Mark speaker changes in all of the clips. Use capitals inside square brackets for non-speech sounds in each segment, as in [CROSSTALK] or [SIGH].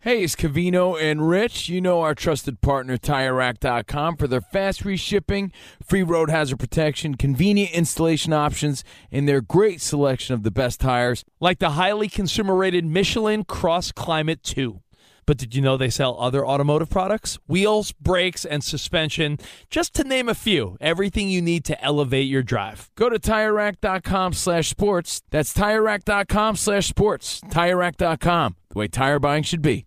Speaker 1: Hey, it's Cavino and Rich. You know our trusted partner, TireRack.com, for their fast reshipping, free road hazard protection, convenient installation options, and their great selection of the best tires.
Speaker 2: like the highly consumer rated Michelin Cross Climate 2. But did you know they sell other automotive products? Wheels, brakes, and suspension, just to name a few. Everything you need to elevate your drive.
Speaker 1: Go to TireRack.com slash sports. That's TireRack.com slash sports. TireRack.com, the way tire buying should be.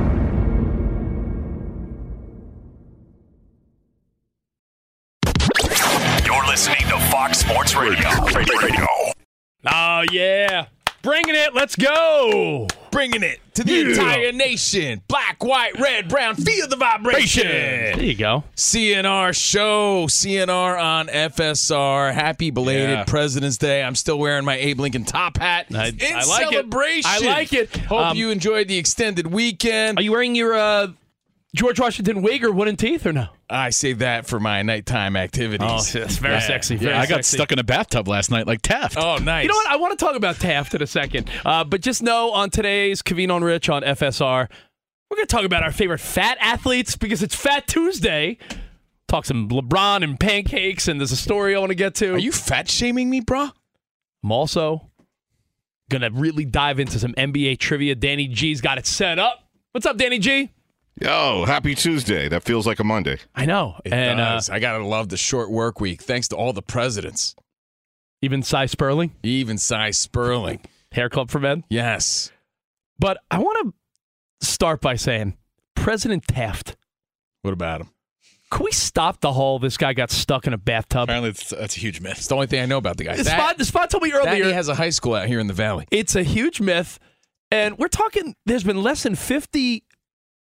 Speaker 3: You're listening to Fox Sports Radio. Radio. Radio.
Speaker 2: Oh, yeah. Bringing it. Let's go.
Speaker 1: bringing it to the entire nation. Black, white, red, brown. Feel the vibration.
Speaker 2: There you go.
Speaker 1: CNR show, CNR on FSR. Happy belated
Speaker 2: Yeah.
Speaker 1: President's Day. I'm still wearing my Abe Lincoln top hat
Speaker 2: I-
Speaker 1: in
Speaker 2: I like it.
Speaker 1: celebration.
Speaker 2: I like it.
Speaker 1: Hope
Speaker 2: Um,
Speaker 1: you enjoyed the extended weekend.
Speaker 2: Are you wearing your uh, George Washington wig or wooden teeth or no?
Speaker 1: I save that for my nighttime activities.
Speaker 2: Oh, very sexy.
Speaker 4: Yeah, I got stuck in a bathtub last night like Taft.
Speaker 1: Oh, nice.
Speaker 2: You know what? I want to talk about Taft in a second, uh, but just know on today's Kavino and Rich on FSR, we're going to talk about our favorite fat athletes because it's Fat Tuesday. Talk some LeBron and pancakes, and there's a story I want to get to.
Speaker 1: Are you fat shaming me, brah?
Speaker 2: I'm also going to really dive into some NBA trivia. Danny G's got it set up. What's up, Danny G?
Speaker 5: Yo, happy Tuesday. That feels like a Monday.
Speaker 2: I know.
Speaker 1: It
Speaker 2: and uh,
Speaker 1: does. I gotta love the short work week. Thanks to all the presidents,
Speaker 2: even Cy Sperling,
Speaker 1: even Cy Sperling.
Speaker 2: Hair Club for Men.
Speaker 1: Yes.
Speaker 2: But I want to start by saying President Taft,
Speaker 1: What about him?
Speaker 2: can we stop the whole this guy got stuck in a bathtub?
Speaker 4: Apparently, that's, that's a huge myth.
Speaker 1: It's the only thing I know about the guy.
Speaker 2: The
Speaker 1: That-
Speaker 2: spot, the spot told me
Speaker 1: that he
Speaker 2: earlier
Speaker 1: has a high school out here in the valley.
Speaker 2: it's a huge myth. And we're talking, there's been less than 50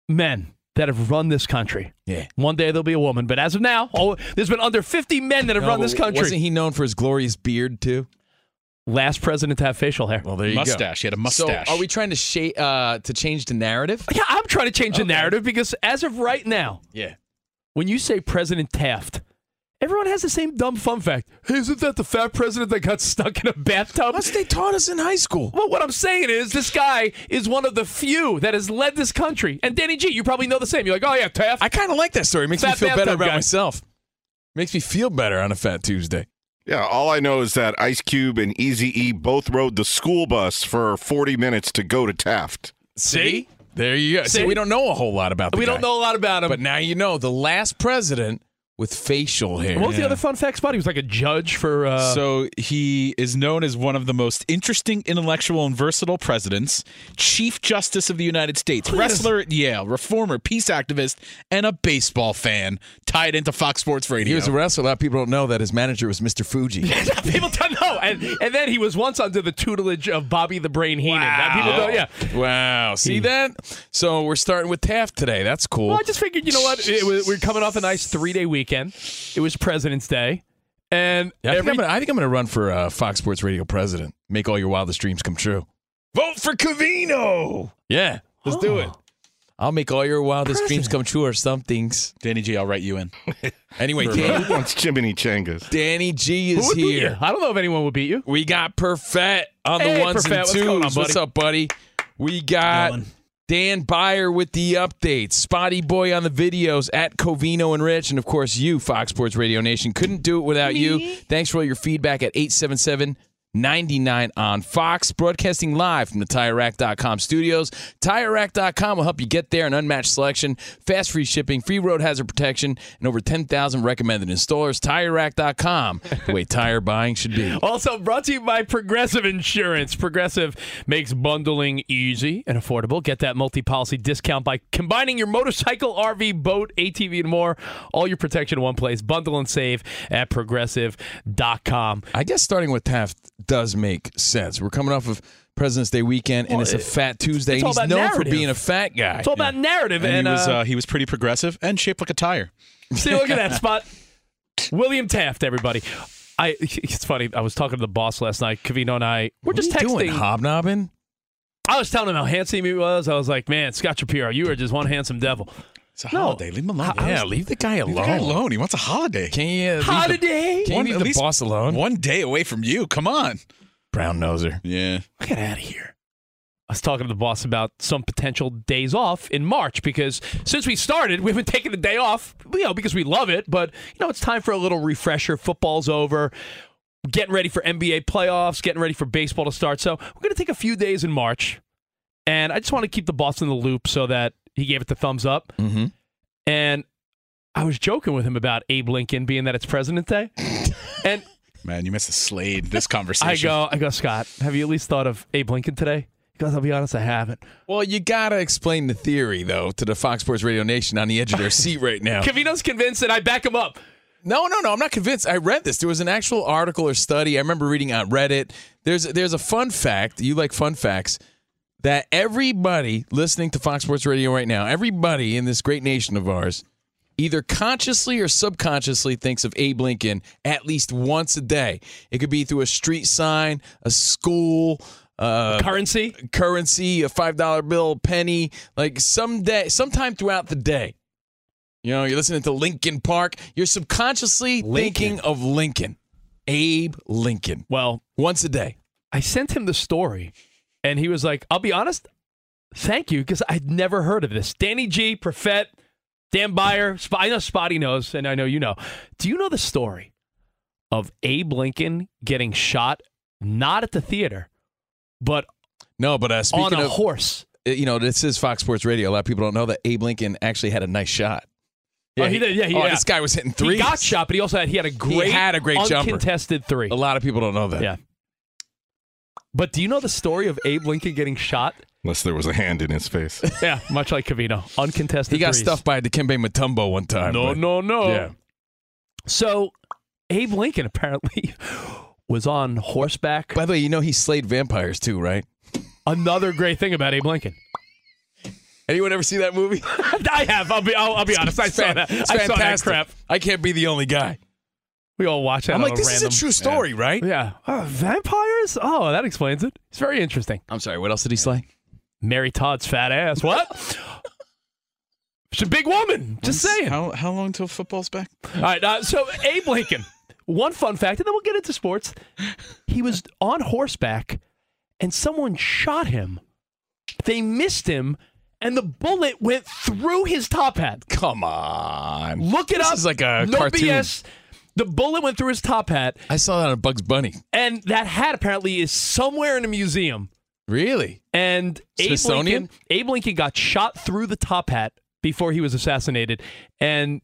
Speaker 2: men that have run this country.
Speaker 1: Yeah.
Speaker 2: One day there'll be a woman. But as of now, oh, there's been under 50 men that have run this country.
Speaker 1: Oh, Wasn't he known for his glorious beard too?
Speaker 2: Last president to have facial hair.
Speaker 1: Well, there you go.
Speaker 4: Mustache. He had a mustache.
Speaker 1: So, are we trying to sha- uh, to change the narrative?
Speaker 2: yeah, I'm trying to change the narrative because as of right now,
Speaker 1: Yeah.
Speaker 2: when you say President Taft, everyone has the same dumb fun fact. Isn't that the fat president that got stuck in a bathtub?
Speaker 1: Unless they taught us in high school.
Speaker 2: Well, what I'm saying is, this guy is one of the few that has led this country. And Danny G, you probably know the same. You're like, oh yeah, Taft.
Speaker 1: I kind of like that story. It makes me
Speaker 2: Fat
Speaker 1: feel better
Speaker 2: bathtub
Speaker 1: about
Speaker 2: guy.
Speaker 1: myself. Makes me feel better on a Fat Tuesday.
Speaker 5: Yeah, all I know is that Ice Cube and Easy E both rode the school bus for 40 minutes to go to Taft.
Speaker 2: See?
Speaker 1: There you go. See,
Speaker 2: See?
Speaker 1: we don't know a whole lot about the
Speaker 2: we don't
Speaker 1: guy.
Speaker 2: know a lot about him.
Speaker 1: But now you know the last president with facial hair.
Speaker 2: And what was the other fun fact spot? He was like a judge for. Uh,
Speaker 4: so he is known as one of the most interesting, intellectual, and versatile presidents, Chief Justice of the United States, wrestler at Yale, reformer, peace activist, and a baseball fan tied into Fox Sports
Speaker 1: He
Speaker 4: Radio.
Speaker 1: was a wrestler. A lot of people don't know that his manager was Mr. Fuji.
Speaker 2: [LAUGHS] people don't know. And, and then he was once under the tutelage of Bobby the Brain Heenan. Now, people don't, yeah.
Speaker 1: Wow. See
Speaker 2: He-
Speaker 1: that? So we're starting with Taft today. That's cool.
Speaker 2: Well, I just figured, you know what? It was, we're coming off a nice three day weekend. It was President's Day. And
Speaker 1: Yeah, I, think
Speaker 2: every-
Speaker 1: I'm gonna, I think I'm gonna run for uh, Fox Sports Radio president. Make all your wildest dreams come true. Vote for Cavino. Yeah, let's do it. I'll make all your wildest dreams come true or somethings.
Speaker 4: Danny G, I'll write you in.
Speaker 1: [LAUGHS] Anyway,
Speaker 5: Who [LAUGHS]
Speaker 1: Dan,
Speaker 5: wants Jiminy Changas?
Speaker 1: Danny G
Speaker 2: Who
Speaker 1: is
Speaker 2: would beat you?
Speaker 1: here.
Speaker 2: I don't know if anyone would beat you.
Speaker 1: We got Perfect on the
Speaker 2: Hey, Perfett,
Speaker 1: ones and
Speaker 2: what's
Speaker 1: twos.
Speaker 2: going on, buddy?
Speaker 1: up, buddy? We got Dan Byer with the updates, Spotty Boy on the videos at Covino and Rich, and of course you, Fox Sports Radio Nation. Couldn't do it without you. Thanks for all your feedback at 877 99 on Fox, broadcasting live from the TireRack.com studios. TireRack.com will help you get there an unmatched selection, fast free shipping, free road hazard protection, and over 10,000 recommended installers. TireRack.com, the way tire buying should be.
Speaker 2: Also brought to you by Progressive Insurance. Progressive makes bundling easy and affordable. Get that multi policy discount by combining your motorcycle, RV, boat, ATV, and more. All your protection in one place. Bundle and save at progressive.com.
Speaker 1: I guess starting with Taft does make sense. We're coming off of President's Day weekend, and it's a Fat Tuesday.
Speaker 2: it's
Speaker 1: and
Speaker 2: all
Speaker 1: he's known
Speaker 2: about
Speaker 1: for
Speaker 2: narrative.
Speaker 1: being a fat guy.
Speaker 2: It's all about narrative.
Speaker 4: And,
Speaker 2: And,
Speaker 4: he was
Speaker 2: uh,
Speaker 4: uh, he was pretty progressive and shaped like a tire.
Speaker 2: [LAUGHS] See, look at that spot. William Taft, everybody. I [LAUGHS] it's funny. I was talking to the boss last night, Cavino and I. We're
Speaker 1: What are
Speaker 2: just
Speaker 1: you
Speaker 2: texting.
Speaker 1: doing, hobnobbing.
Speaker 2: I was telling him how handsome he was. I was like, "Man, Scott Shapiro, you are just one handsome devil."
Speaker 4: It's a holiday. Leave him alone.
Speaker 1: yeah, leave the guy alone.
Speaker 4: Leave the guy alone. He wants a holiday.
Speaker 1: Can you uh, leave the,
Speaker 2: Holiday.
Speaker 1: can you
Speaker 4: One-
Speaker 1: leave
Speaker 4: at
Speaker 1: the
Speaker 4: least
Speaker 1: boss alone?
Speaker 4: One day away from you. Come on.
Speaker 1: Brown noser.
Speaker 4: Yeah.
Speaker 2: Get out of here. I was talking to the boss about some potential days off in March because since we started, we haven't taken a day off, you know, because we love it. But, you know, it's time for a little refresher. Football's over. Getting ready for NBA playoffs, getting ready for baseball to start. So we're going to take a few days in March. And I just want to keep the boss in the loop so that he gave it the thumbs up.
Speaker 1: Mm-hmm.
Speaker 2: And I was joking with him about Abe Lincoln being that it's President Day. and
Speaker 4: Man, you must have slayed this conversation.
Speaker 2: I go, I go, Scott, have you at least thought of Abe Lincoln today? He goes, I'll be honest, I haven't.
Speaker 1: Well, you gotta explain the theory though to the Fox Sports Radio Nation on the edge
Speaker 2: [LAUGHS]
Speaker 1: of their seat right now.
Speaker 2: Cavino's convinced and I back him up.
Speaker 1: No, no, no. I'm not convinced. I read this. There was an actual article or study. I remember reading on Reddit. There's there's a fun fact. You like fun facts. That everybody listening to Fox Sports Radio right now, everybody in this great nation of ours, either consciously or subconsciously thinks of Abe Lincoln at least once a day. It could be through a street sign, a school, uh,
Speaker 2: Currency.
Speaker 1: currency, a five dollar bill, penny, like someday, sometime throughout the day. You know, you're listening to Lincoln Park. You're subconsciously thinking of Lincoln, Abe Lincoln,
Speaker 2: Well,
Speaker 1: once a day.
Speaker 2: I sent him the story and he was like, I'll be honest, thank you, because I'd never heard of this. Danny G, Profet, Dan Byer, Sp- I know Spotty knows, and I know you know. Do you know the story of Abe Lincoln getting shot not at the theater, but
Speaker 1: No, but uh,
Speaker 2: on
Speaker 1: speaking
Speaker 2: a
Speaker 1: of,
Speaker 2: horse?
Speaker 1: uh, you know, this is Fox Sports Radio. A lot of people don't know that Abe Lincoln actually had a nice shot.
Speaker 2: Oh, he did, yeah, he-
Speaker 1: oh,
Speaker 2: yeah.
Speaker 1: this guy was hitting three.
Speaker 2: He got shot, but he also had he had a great
Speaker 1: had a great jumper.
Speaker 2: uncontested three.
Speaker 1: A lot of people don't know that.
Speaker 2: Yeah. But do you know the story of Abe Lincoln getting shot?
Speaker 5: Unless there was a hand in his face.
Speaker 2: Yeah, much like Cavino, uncontested.
Speaker 1: He got
Speaker 2: threes.
Speaker 1: stuffed by Dikembe Mutombo one time.
Speaker 2: No,
Speaker 1: but-
Speaker 2: no, no.
Speaker 1: Yeah.
Speaker 2: So Abe Lincoln apparently [LAUGHS] was on horseback.
Speaker 1: By the way, you know he slayed vampires too, right?
Speaker 2: Another great thing about Abe Lincoln.
Speaker 1: Anyone ever see that movie?
Speaker 2: I have. I'll be. I'll, I'll be honest. I
Speaker 1: It's
Speaker 2: saw
Speaker 1: fan-
Speaker 2: that. I
Speaker 1: it's
Speaker 2: saw that
Speaker 1: fantastic.
Speaker 2: crap.
Speaker 1: I can't be the only guy.
Speaker 2: We all watch that.
Speaker 1: I'm
Speaker 2: on
Speaker 1: like, this
Speaker 2: random,
Speaker 1: is a true story, right?
Speaker 2: Yeah. Oh, vampires. Oh, that explains it. It's very interesting.
Speaker 1: I'm sorry. What else did he slay?
Speaker 2: Mary Todd's fat ass.
Speaker 1: [LAUGHS]
Speaker 2: What? She's a big woman. Just saying.
Speaker 4: How, how long till football's back?
Speaker 2: All right. Uh, so Abe Lincoln. One fun fact, and then we'll get into sports. He was on horseback, and someone shot him. They missed him, and the bullet went through his top hat.
Speaker 1: Come on.
Speaker 2: Look it
Speaker 1: This
Speaker 2: up.
Speaker 1: is like a
Speaker 2: no
Speaker 1: cartoon.
Speaker 2: BS. The bullet went through his top hat,
Speaker 1: I saw that on Bugs Bunny.
Speaker 2: and that hat apparently is somewhere in a museum.
Speaker 1: Really?
Speaker 2: And Abe
Speaker 1: Smithsonian?
Speaker 2: Lincoln, Abe Lincoln got shot through the top hat before he was assassinated. And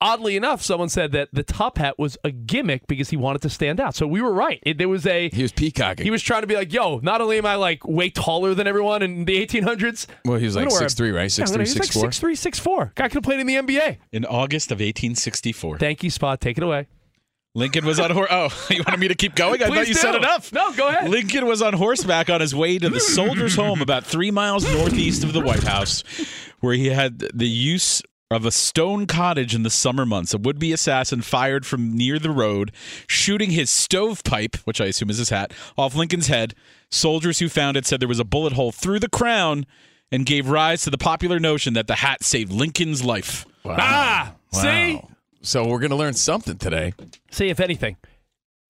Speaker 2: oddly enough, someone said that the top hat was a gimmick because he wanted to stand out. So we were right. It, there was a
Speaker 1: He was peacocking.
Speaker 2: he was trying to be like, yo, not only am I like way taller than everyone in the 1800s.
Speaker 1: well, he was
Speaker 2: I'm
Speaker 1: like
Speaker 2: gonna wear a-
Speaker 1: six three, right?
Speaker 2: Yeah,
Speaker 1: Six
Speaker 2: I'm gonna-
Speaker 1: three,
Speaker 2: he's
Speaker 1: six
Speaker 2: like
Speaker 1: four.
Speaker 2: 6'3", 6'4". Guy could have played in the NBA.
Speaker 4: In August of 1864,
Speaker 2: Thank you, Spot. Take it away.
Speaker 4: Lincoln was on horse. Oh, [LAUGHS] you wanted me to keep going? I
Speaker 2: Please
Speaker 4: thought you
Speaker 2: do.
Speaker 4: said enough.
Speaker 2: No, go ahead.
Speaker 4: Lincoln was on horseback on his way to the soldier's home about three miles northeast of the White House, where he had the use of a stone cottage in the summer months. A would be assassin fired from near the road, shooting his stovepipe, which I assume is his hat, off Lincoln's head. Soldiers who found it said there was a bullet hole through the crown and gave rise to the popular notion that the hat saved Lincoln's life.
Speaker 2: Ah, see?
Speaker 1: Wow. So we're gonna learn something today.
Speaker 2: See, if anything,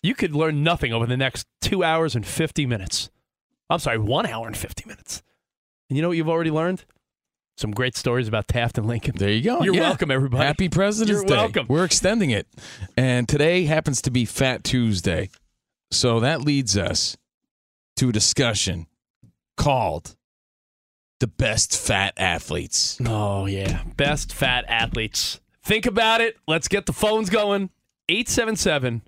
Speaker 2: you could learn nothing over the next two hours and 50 minutes. I'm sorry, one hour and 50 minutes. And you know what you've already learned? Some great stories about Taft and Lincoln.
Speaker 1: There you go.
Speaker 2: You're
Speaker 1: Yeah.
Speaker 2: welcome, everybody.
Speaker 1: Happy President's
Speaker 2: You're
Speaker 1: Day.
Speaker 2: welcome.
Speaker 1: We're extending it, and today happens to be Fat Tuesday. So that leads us to a discussion called the best fat athletes.
Speaker 2: Oh, yeah. Best fat athletes. Think about it. Let's get the phones going. 877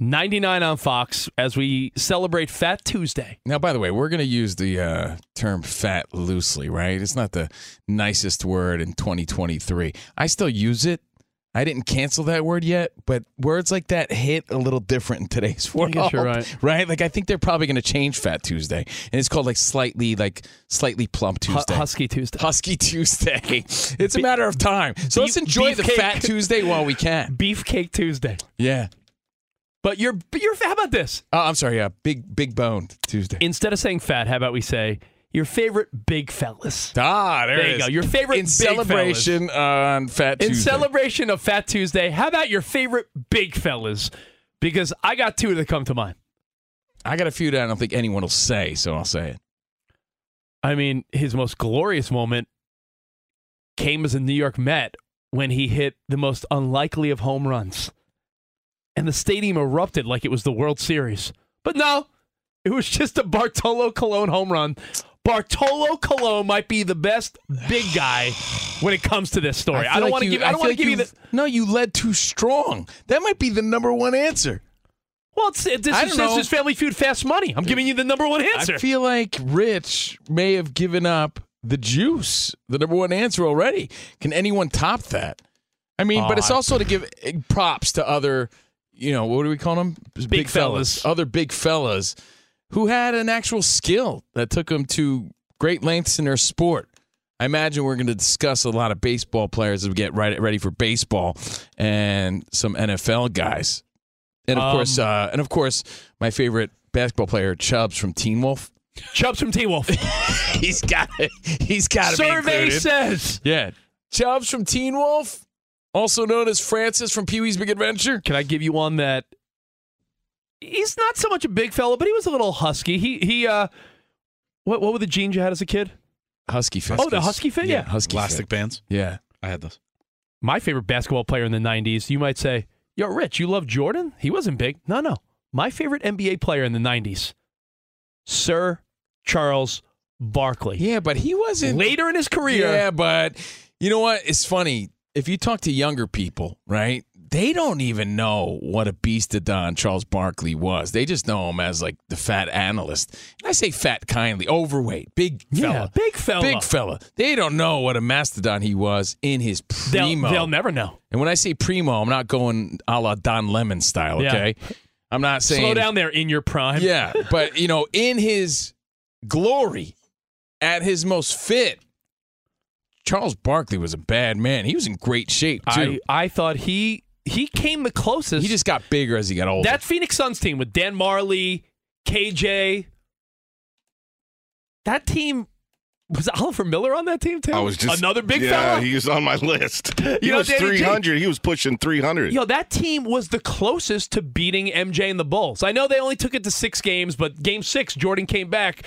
Speaker 2: 99 on Fox as we celebrate Fat Tuesday.
Speaker 1: Now, by the way, we're going to use the uh, term fat loosely, right? It's not the nicest word in 2023. I still use it. I didn't cancel that word yet, but words like that hit a little different in today's world.
Speaker 2: guess you're right.
Speaker 1: Right? Like, I think they're probably going to change Fat Tuesday. And it's called like slightly, like slightly plump
Speaker 2: Hu-
Speaker 1: Tuesday.
Speaker 2: Husky Tuesday.
Speaker 1: [LAUGHS] Husky Tuesday. It's a matter of time. So let's
Speaker 2: beef-
Speaker 1: enjoy the
Speaker 2: beefcake.
Speaker 1: Fat Tuesday while we can.
Speaker 2: Beefcake Tuesday.
Speaker 1: Yeah.
Speaker 2: But you're, but you're, how about this?
Speaker 1: Oh, I'm sorry. Yeah. Big, big boned Tuesday.
Speaker 2: Instead of saying fat, how about we say your favorite big fellas?
Speaker 1: ah, there,
Speaker 2: There
Speaker 1: it
Speaker 2: you
Speaker 1: is.
Speaker 2: go. Your favorite
Speaker 1: in
Speaker 2: big
Speaker 1: celebration on Fat
Speaker 2: In
Speaker 1: Tuesday.
Speaker 2: celebration of Fat Tuesday, how about your favorite big fellas? Because I got two that come to mind.
Speaker 1: I got a few that I don't think anyone will say, so I'll say it.
Speaker 2: I mean, his most glorious moment came as a New York Met when he hit the most unlikely of home runs. And the stadium erupted like it was the World Series. But no, it was just a Bartolo Colon home run. Bartolo Colon might be the best big guy when it comes to this story. I,
Speaker 1: feel
Speaker 2: don't
Speaker 1: like
Speaker 2: want to
Speaker 1: you-
Speaker 2: give I don't
Speaker 1: feel
Speaker 2: want
Speaker 1: like
Speaker 2: to give you the
Speaker 1: you've- No, you led too strong. That might be the number one answer.
Speaker 2: Well, it's, it- this,
Speaker 1: I
Speaker 2: is,
Speaker 1: don't
Speaker 2: this
Speaker 1: know.
Speaker 2: is Family Feud Fast Money. I'm giving you the number one answer.
Speaker 1: I feel like Rich may have given up the juice, the number one answer already. Can anyone top that? I mean, but it's
Speaker 2: Oh, I-
Speaker 1: also to give eh, props to other, you know, what do we call them? Big,
Speaker 2: fellas.
Speaker 1: Other big fellas who had an actual skill that took them to great lengths in their sport. I imagine we're going to discuss a lot of baseball players as we get right, ready for baseball and some NFL guys. And of
Speaker 2: Um,
Speaker 1: course, uh, and of course, my favorite basketball player, Chubbs from Teen Wolf. [LAUGHS]
Speaker 2: Chubbs from T Wolf.
Speaker 1: He's got it. He's got to
Speaker 2: Survey says.
Speaker 1: yeah, Chubbs from Teen Wolf, also known as Francis from Pee Wee's Big Adventure.
Speaker 2: Can I give you one that he's not so much a big fella, but he was a little husky. He he uh what what were the jeans you had as a kid?
Speaker 1: Husky fit.
Speaker 2: Oh, the husky fit? Yeah.
Speaker 1: husky
Speaker 4: Elastic
Speaker 1: fit.
Speaker 4: bands.
Speaker 1: Yeah.
Speaker 4: I had those.
Speaker 2: My favorite basketball player in the nineties, you might say, Yo, Rich, you love Jordan? He wasn't big. No, no. My favorite NBA player in the nineties, Sir Charles Barkley.
Speaker 1: Yeah, but he wasn't.
Speaker 2: Later in his career.
Speaker 1: Yeah, but you know what? It's funny. If you talk to younger people, right? They don't even know what a beast of Don Charles Barkley was. They just know him as like the fat analyst. And I say fat kindly, overweight, big
Speaker 2: Yeah,
Speaker 1: fella.
Speaker 2: big fella.
Speaker 1: Big fella. They don't know what a mastodon he was in his
Speaker 2: They'll,
Speaker 1: primo.
Speaker 2: they'll never know.
Speaker 1: and when I say primo, I'm not going a la Don Lemon style,
Speaker 2: Yeah.
Speaker 1: okay? I'm not saying
Speaker 2: Slow down there in your prime.
Speaker 1: yeah, but you know, in his glory, at his most fit, Charles Barkley was a bad man. He was in great shape
Speaker 2: I,
Speaker 1: too.
Speaker 2: I thought he he came the closest.
Speaker 1: he just got bigger as he got older.
Speaker 2: That Phoenix Suns team with Dan Marley, KJ. That team was Oliver Miller on that team too.
Speaker 5: I was just
Speaker 2: another big
Speaker 5: yeah,
Speaker 2: fella.
Speaker 5: He was on my
Speaker 2: [LAUGHS]
Speaker 5: list. He
Speaker 2: know,
Speaker 5: was
Speaker 2: Danny G-
Speaker 5: 300. He was pushing 300.
Speaker 2: Yo, that team was the closest to beating MJ and the Bulls. I know they only took it to six games, but game six, Jordan came back.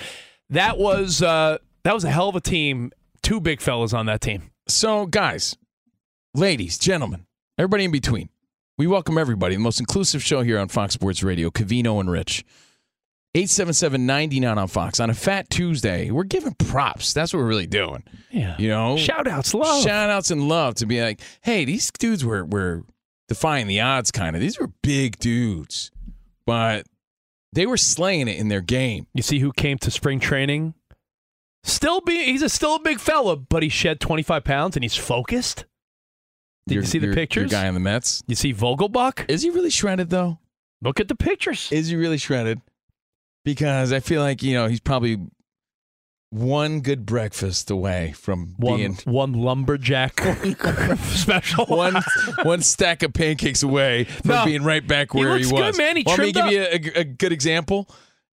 Speaker 2: That was uh, that was a hell of a team. Two big fellas on that team.
Speaker 1: So, guys, ladies, gentlemen, everybody in between, we welcome everybody. The most inclusive show here on Fox Sports Radio, Cavino and Rich. 877-99 on Fox. On a Fat Tuesday, we're giving props. That's what we're really doing.
Speaker 2: Yeah.
Speaker 1: You know?
Speaker 2: Shout outs, love.
Speaker 1: shout outs and love to be like, hey, these dudes were were defying the odds kind of. These were big dudes, but they were slaying it in their game.
Speaker 2: You see who came to spring training? Still be he's a still a big fella, but he shed 25 pounds and he's focused. Did
Speaker 1: Your-
Speaker 2: you see the
Speaker 1: your-
Speaker 2: pictures?
Speaker 1: Your guy in the Mets.
Speaker 2: You see Vogelbach?
Speaker 1: Is he really shredded though?
Speaker 2: Look at the pictures.
Speaker 1: Is he really shredded? Because I feel like, you know, he's probably one good breakfast away from
Speaker 2: One
Speaker 1: being
Speaker 2: one
Speaker 1: [LAUGHS]
Speaker 2: lumberjack [LAUGHS] special.
Speaker 1: one [LAUGHS] one stack of pancakes away from
Speaker 2: No.
Speaker 1: being right back
Speaker 2: He
Speaker 1: where
Speaker 2: looks good,
Speaker 1: was.
Speaker 2: man. He
Speaker 1: Want me to
Speaker 2: trimmed
Speaker 1: give you a, a good example?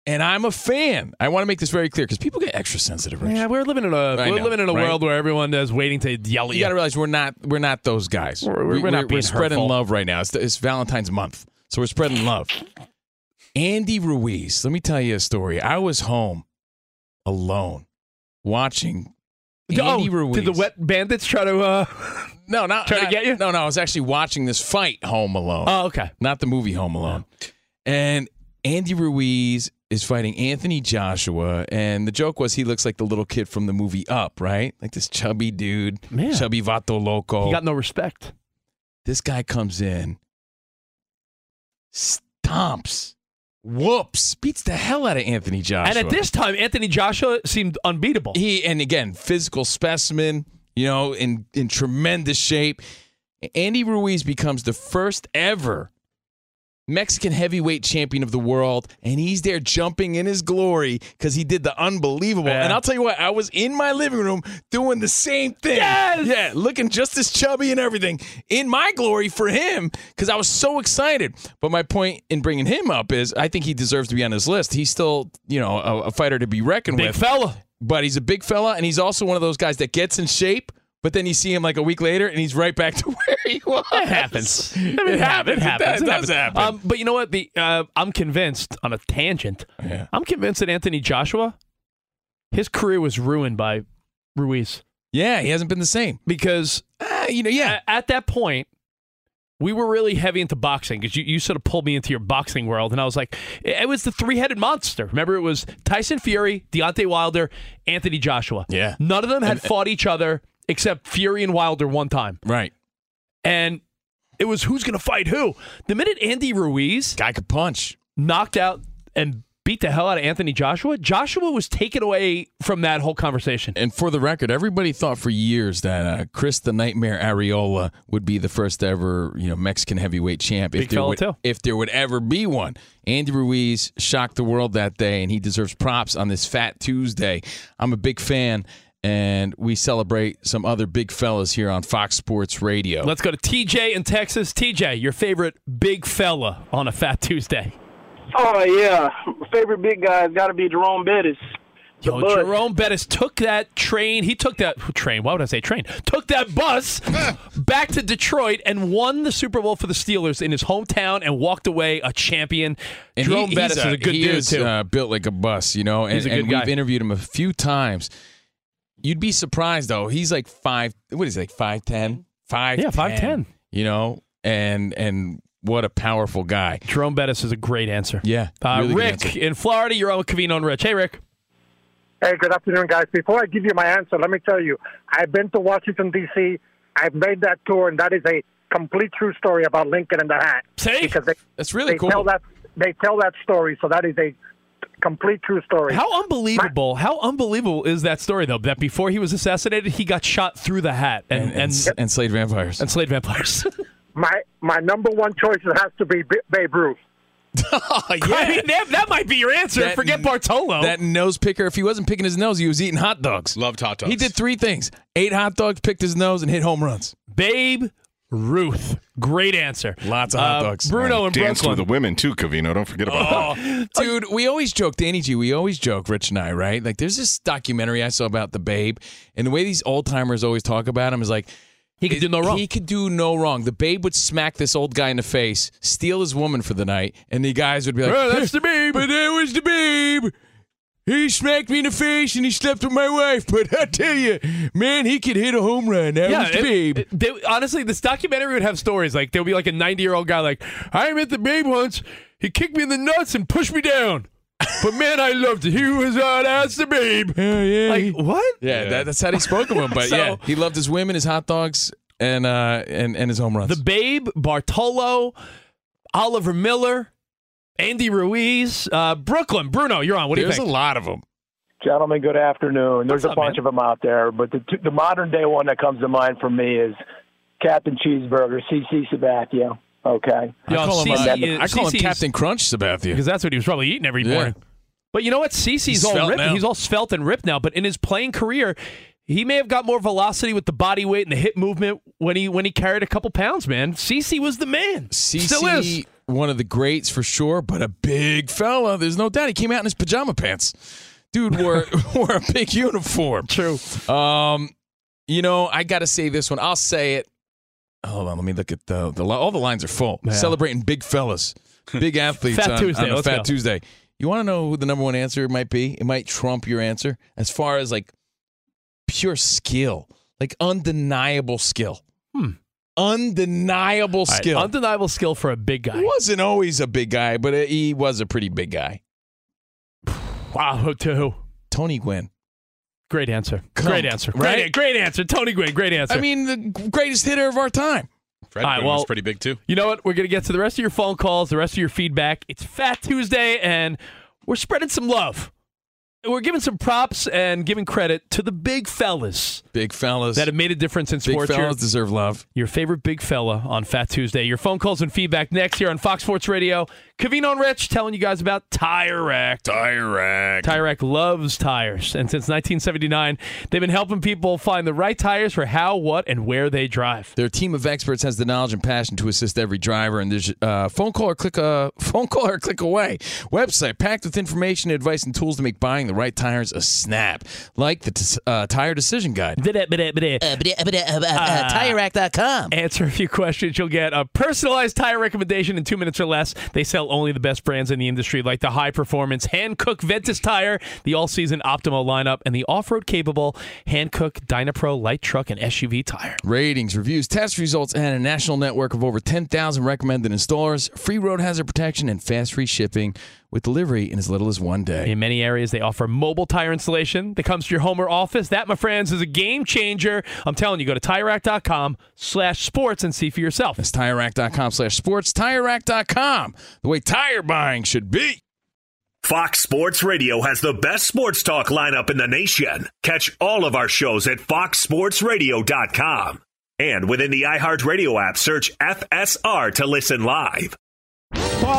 Speaker 1: And I'm a fan. I want to make this very clear because people get extra sensitive.
Speaker 2: [LAUGHS]
Speaker 1: Rich.
Speaker 2: Yeah, we're living in a
Speaker 1: I
Speaker 2: we're
Speaker 1: know,
Speaker 2: living in a
Speaker 1: right?
Speaker 2: world where everyone is waiting to yell at
Speaker 1: you
Speaker 2: you.
Speaker 1: got to realize we're not we're not those guys.
Speaker 2: We're- we're
Speaker 1: We-
Speaker 2: not being
Speaker 1: spreading
Speaker 2: hurtful.
Speaker 1: love right now. It's, it's Valentine's month, so we're spreading love. Andy Ruiz, let me tell you a story. I was home alone watching
Speaker 2: oh,
Speaker 1: Andy Ruiz.
Speaker 2: did the wet bandits try to
Speaker 1: [LAUGHS]
Speaker 2: uh
Speaker 1: No, not
Speaker 2: try to
Speaker 1: not-
Speaker 2: get you?
Speaker 1: No, no. I was actually watching this fight home alone.
Speaker 2: Oh, okay.
Speaker 1: not the movie Home Alone. And Andy Ruiz is fighting Anthony Joshua, and the joke was he looks like the little kid from the movie Up, right? Like this chubby dude,
Speaker 2: Man.
Speaker 1: chubby vato loco.
Speaker 2: He got no respect.
Speaker 1: this guy comes in, stomps, whoops, beats the hell out of Anthony Joshua.
Speaker 2: And at this time, Anthony Joshua seemed unbeatable.
Speaker 1: he and again physical specimen you know in in tremendous shape andy ruiz becomes the first ever mexican heavyweight champion of the world and he's there jumping in his glory because he did the unbelievable
Speaker 2: Yeah.
Speaker 1: and i'll tell you what i was in my living room doing the same thing
Speaker 2: Yes!
Speaker 1: yeah looking just as chubby and everything in my glory for him because i was so excited but my point in bringing him up is i think he deserves to be on his list he's still you know a, a fighter to be reckoned
Speaker 2: Big
Speaker 1: with
Speaker 2: fella.
Speaker 1: but he's a big fella and he's also one of those guys that gets in shape but then you see him like a week later and he's right back [LAUGHS] to where he was
Speaker 2: It
Speaker 1: [LAUGHS]
Speaker 2: happens. I mean,
Speaker 1: It happens. It
Speaker 2: happens.
Speaker 1: does- does happen.
Speaker 2: Um, but you know what? The uh, I'm convinced on a tangent.
Speaker 1: Yeah.
Speaker 2: I'm convinced that Anthony Joshua, his career was ruined by Ruiz
Speaker 1: yeah he hasn't been the same
Speaker 2: because
Speaker 1: Ah, you know yeah
Speaker 2: a- at that point, we were really heavy into boxing because you, you sort of pulled me into your boxing world. And I was like, it, it was the three headed monster. Remember, it was Tyson Fury, Deontay Wilder, Anthony Joshua.
Speaker 1: Yeah.
Speaker 2: None of them had fought each other except Fury and Wilder one time.
Speaker 1: right
Speaker 2: And it was who's going to fight who. The minute Andy Ruiz
Speaker 1: guy could punch
Speaker 2: knocked out and beat the hell out of Anthony Joshua, Joshua was taken away from that whole conversation.
Speaker 1: and for the record everybody thought for years that uh, chris the nightmare areola would be the first ever you know mexican heavyweight champ
Speaker 2: Big fella,
Speaker 1: would,
Speaker 2: too.
Speaker 1: if there would ever be one andy ruiz shocked the world that day and he deserves props on this fat tuesday i'm a big fan and we celebrate some other big fellas here on fox sports radio
Speaker 2: Let's go to TJ in Texas. TJ, your favorite big fella on a Fat Tuesday.
Speaker 6: Oh yeah, My favorite big guy's got to be Jerome Bettis. The
Speaker 2: Yo,
Speaker 6: bus.
Speaker 2: Jerome Bettis took that train. He took that train. Why would I say train? Took that bus
Speaker 1: [LAUGHS]
Speaker 2: back to Detroit and won the Super Bowl for the Steelers in his hometown and walked away a champion.
Speaker 1: And
Speaker 2: Jerome
Speaker 1: he- he's
Speaker 2: Bettis is a good
Speaker 1: he
Speaker 2: dude
Speaker 1: is,
Speaker 2: too.
Speaker 1: uh, built like a bus, you know. And,
Speaker 2: He's a
Speaker 1: and
Speaker 2: good guy.
Speaker 1: we've interviewed him a few times. You'd be surprised though. He's like five. What is he like five ten? Five.
Speaker 2: Yeah, 5'10.
Speaker 1: You know, and and what a powerful guy.
Speaker 2: Jerome Bettis is a great answer.
Speaker 1: Yeah,
Speaker 2: Uh,
Speaker 1: really good
Speaker 2: Rick
Speaker 1: answer.
Speaker 2: in Florida, you're on with Cavino and Rich. Hey, Rick.
Speaker 7: Hey, good afternoon, guys. Before I give you my answer, let me tell you, I've been to Washington, D.C., I've made that tour, and that is a complete true story about Lincoln and the hat.
Speaker 2: See?
Speaker 7: Because they,
Speaker 1: That's really
Speaker 7: they
Speaker 1: cool.
Speaker 7: Tell that, they tell that story, so that is a complete true story.
Speaker 2: How unbelievable! How unbelievable is that story, though? That before he was assassinated, he got shot through the hat and
Speaker 1: and,
Speaker 2: and, and,
Speaker 1: and, and Slade Vampires.
Speaker 2: slayed vampires. [LAUGHS]
Speaker 7: My, my number one choice has to be B- Babe
Speaker 1: [LAUGHS]
Speaker 7: Ruth.
Speaker 2: I mean, that, that might be your answer.
Speaker 1: That-
Speaker 2: Forget Bartolo.
Speaker 1: That nose picker. If he wasn't picking his nose, he was eating hot dogs.
Speaker 4: Loved hot dogs.
Speaker 1: He did three things: ate hot dogs, picked his nose, and hit home runs.
Speaker 2: Babe Ruth, great answer. Uh,
Speaker 1: Lots of hot dogs.
Speaker 2: Bruno in
Speaker 5: Danced with
Speaker 2: Brooklyn. Oh.
Speaker 5: the women too, Cavino. Don't forget about that.
Speaker 1: Dude, we always joke, Danny G, we always joke, Rich and I, right? Like, there's this documentary I saw about the babe, and the way these old timers always talk about him is like,
Speaker 2: he could do no wrong.
Speaker 1: He could do no wrong. The babe would smack this old guy in the face, steal his woman for the night, and the guys would be like,
Speaker 2: Oh, that's the babe.
Speaker 1: But that was the babe. He smacked me in the face and he slept with my wife. But I tell you, man, he could hit a home run. That was the
Speaker 2: it-
Speaker 1: babe.
Speaker 2: it- they- honestly, this documentary would have stories like there would be like a 90 year old guy like I met the babe once. He kicked me in the nuts and pushed me down. But man, I loved it. He was hot as the babe.
Speaker 1: Yeah, yeah, he-
Speaker 2: Like what?
Speaker 1: yeah, That, that's how they spoke of him. But
Speaker 2: [LAUGHS] So-
Speaker 1: yeah, he loved his women, his hot dogs, and uh, and and his home runs.
Speaker 2: The Babe, Bartolo, Oliver Miller, Andy Ruiz, uh, Brooklyn. Bruno, you're on. What do you
Speaker 1: There's
Speaker 2: think?
Speaker 1: a lot of them.
Speaker 6: Gentlemen, good afternoon. There's a
Speaker 2: What's up,
Speaker 6: bunch
Speaker 2: man?
Speaker 6: of them out there, but the two, the modern day one that comes to mind for me is Captain Cheeseburger, CC Sabathia. Okay,
Speaker 2: Yo,
Speaker 1: I call, him,
Speaker 2: CC
Speaker 1: uh,
Speaker 2: is-
Speaker 1: I call him
Speaker 2: CC 's-
Speaker 1: Captain Crunch, Sabathia.
Speaker 2: because that's what he was probably eating every
Speaker 1: Yeah.
Speaker 2: morning. But you know what? Cece's
Speaker 1: He's
Speaker 2: all
Speaker 1: svelte
Speaker 2: ripped.
Speaker 1: now.
Speaker 2: He's all svelte and ripped now. But in his playing career, he may have got more velocity with the body weight and the hip movement when he when he carried a couple pounds. Man, Cece was the man. Still is.
Speaker 1: CC, one of the greats for sure, but a big fella. There's no doubt. He came out in his pajama pants. Dude
Speaker 2: [LAUGHS]
Speaker 1: wore [LAUGHS] wore a big uniform.
Speaker 2: True.
Speaker 1: Um, you know, I got to say this one. I'll say it. Hold on, let me look at the the li- all the lines are full. Celebrating big fellas, big
Speaker 2: [LAUGHS]
Speaker 1: athletes
Speaker 2: Fat
Speaker 1: on,
Speaker 2: Tuesday,
Speaker 1: on the
Speaker 2: let's
Speaker 1: Fat
Speaker 2: go.
Speaker 1: Tuesday. You want to know who the number one answer might be? It might trump your answer as far as like pure skill, like undeniable skill.
Speaker 8: Undeniable
Speaker 2: Hmm. right,
Speaker 8: skill.
Speaker 2: undeniable skill for a big guy.
Speaker 8: Wasn't always a big guy, but uh, he was a pretty big guy.
Speaker 2: Wow, who to who?
Speaker 8: Tony Gwynn.
Speaker 2: Great answer.
Speaker 8: Come
Speaker 2: great answer.
Speaker 8: right?
Speaker 2: Great, great answer. Tony Gwynn, great answer.
Speaker 8: I mean, the greatest hitter of our time.
Speaker 4: Fred
Speaker 2: All right,
Speaker 4: Gwynn
Speaker 2: well-
Speaker 4: was pretty big too.
Speaker 2: You know what? We're going to get to the rest of your phone calls, the rest of your feedback. It's Fat Tuesday, and we're spreading some love. We're giving some props and giving credit to the big fellas
Speaker 8: Big fellas.
Speaker 2: that have made a difference in
Speaker 8: big
Speaker 2: sports.
Speaker 8: fellas
Speaker 2: Your,
Speaker 8: deserve love.
Speaker 2: your favorite big fella on Fat Tuesday. Your phone calls and feedback next here on Fox Sports Radio. Cavino and Rich telling you guys about Tire Rack.
Speaker 4: Tire rack.
Speaker 2: Tire Rack loves tires, and since 1979, they've been helping people find the right tires for how, what, and where they drive.
Speaker 8: Their team of experts has the knowledge and passion to assist every driver. And there's uh, phone call or click a [LAUGHS] phone call or click away website packed with information, advice, and tools to make buying the right tires a snap, like the t- uh, tire decision guide.
Speaker 2: Ah. TireRack.com. Answer a few questions. You'll get a personalized tire recommendation in two minutes or less. They sell only the best brands in the industry, like the high performance Hankook Ventus tire, the all season Optimo lineup, and the off road capable Hankook Dynapro light truck and SUV tire.
Speaker 8: Ratings, reviews, test results, and a national network of over 10,000 recommended installers. Free road hazard protection and fast free shipping with delivery in as little as one day.
Speaker 2: In many areas, they offer mobile tire installation that comes to your home or office. That, my friends, is a game changer. I'm telling you, go to TireRack.com slash sports and see for yourself.
Speaker 8: That's TireRack.com slash sports. TireRack.com, the way tire buying should be.
Speaker 3: Fox Sports Radio has the best sports talk lineup in the nation. Catch all of our shows at foxsportsradio.com. And within the iHeartRadio app, search FSR to listen live.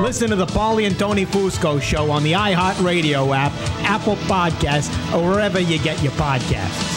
Speaker 9: Listen to the Paulie and Tony Fusco show on the iHeartRadio app, Apple Podcasts, or wherever you get your podcasts.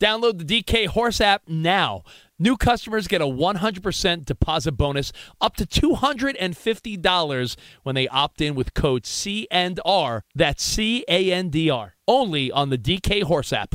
Speaker 2: Download the DK Horse app now. New customers get a 100% deposit bonus up to $250 when they opt in with code CNR. That's C A N D R. Only on the DK Horse app.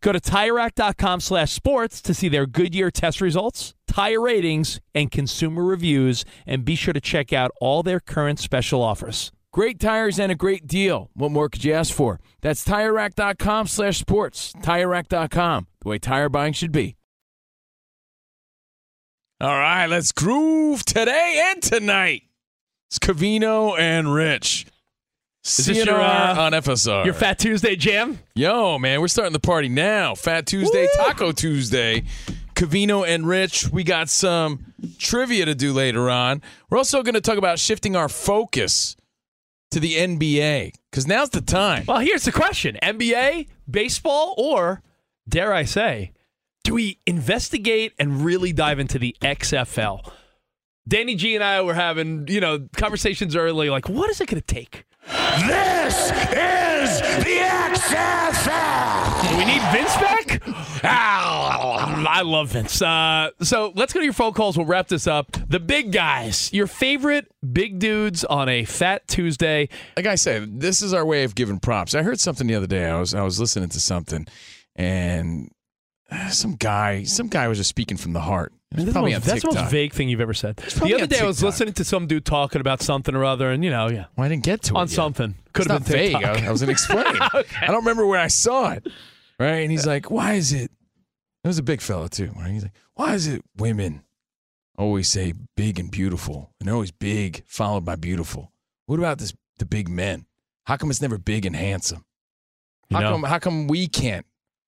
Speaker 2: Go to TireRack.com slash sports to see their Goodyear test results, tire ratings, and consumer reviews, and be sure to check out all their current special offers.
Speaker 10: Great tires and a great deal. What more could you ask for? That's TireRack.com slash sports. TireRack.com, the way tire buying should be.
Speaker 1: All right, let's groove today and tonight. It's Cavino and Rich.
Speaker 2: Is this your,
Speaker 1: CNR
Speaker 2: uh,
Speaker 1: on FSR.
Speaker 2: Your Fat Tuesday jam?
Speaker 1: Yo, man, we're starting the party now. Fat Tuesday, Taco Tuesday. Cavino and Rich, we got some trivia to do later on. We're also going to talk about shifting our focus to the NBA because now's
Speaker 2: [LAUGHS]
Speaker 1: the time. [LAUGHS]
Speaker 2: Well, here's the question NBA, baseball, or dare I say, do we investigate and really dive into the XFL? Danny G and I were having, you know, conversations early like, what is it going to take?
Speaker 11: This is the XFL.
Speaker 2: Do we need Vince back? Ah, I love Vince. Uh, so let's go to your phone calls. We'll wrap this up. The big guys, your favorite big dudes on a Fat Tuesday.
Speaker 1: Like I said, this is our way of giving props. I heard something the other day. I was I was listening to something, and uh, some guy some guy was just speaking from the heart. It was
Speaker 2: That's the
Speaker 1: probably
Speaker 2: most-
Speaker 1: on
Speaker 2: that's the most
Speaker 1: TikTok.
Speaker 2: vague thing you've ever said.
Speaker 1: probably
Speaker 2: The other
Speaker 1: on
Speaker 2: day, I was
Speaker 1: TikTok.
Speaker 2: listening to some dude talking about something or other, and you know, yeah.
Speaker 1: Well, I didn't get to it
Speaker 2: on
Speaker 1: yet.
Speaker 2: something.
Speaker 1: It's
Speaker 2: Could have
Speaker 1: not
Speaker 2: been
Speaker 1: vague.
Speaker 2: TikTok.
Speaker 1: I, I was gonna explain. I don't remember where I saw it. Right, and he's like, "Why is it?" It was a big fella too. Right, he's like, "Why is it women always say big and beautiful, and they're always big followed by beautiful? What about this the big men? How come it's never big and handsome?
Speaker 2: [LAUGHS] You
Speaker 1: How
Speaker 2: know.
Speaker 1: come how come we can't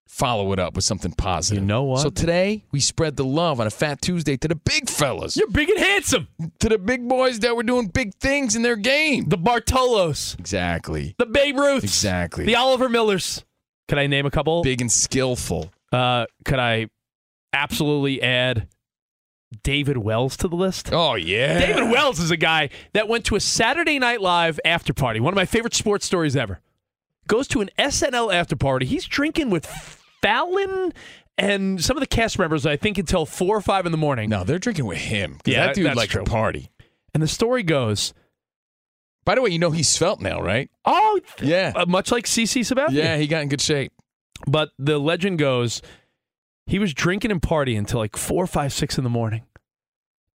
Speaker 1: follow it up with something positive? You know
Speaker 2: what?
Speaker 1: So today we spread the love on a Fat Tuesday to the big fellas.
Speaker 2: You're big and handsome.
Speaker 1: To the big boys that were doing big things in their game.
Speaker 2: The Bartolos.
Speaker 1: Exactly.
Speaker 2: The Babe Ruths.
Speaker 1: Exactly.
Speaker 2: The Oliver Millers. Can I name a couple?
Speaker 1: Big and skillful.
Speaker 2: Uh, could I absolutely add David Wells to the list?
Speaker 1: Oh yeah.
Speaker 2: [LAUGHS] David Wells is a guy that went to a Saturday Night Live after party. One of my favorite sports stories ever. Goes to an SNL after party. He's drinking with Fallon and some of the cast members. I think until four or five in the morning.
Speaker 1: No, they're drinking with him. 'Cause that dude
Speaker 2: that's
Speaker 1: liked to
Speaker 2: true.
Speaker 1: party.
Speaker 2: And the story goes.
Speaker 1: By the way, you know he's svelte now, right?
Speaker 2: Oh,
Speaker 1: yeah.
Speaker 2: much like CC Sabathia.
Speaker 1: Yeah, he got in good shape.
Speaker 2: But the legend goes, he was drinking and partying until like four, five, six in the morning,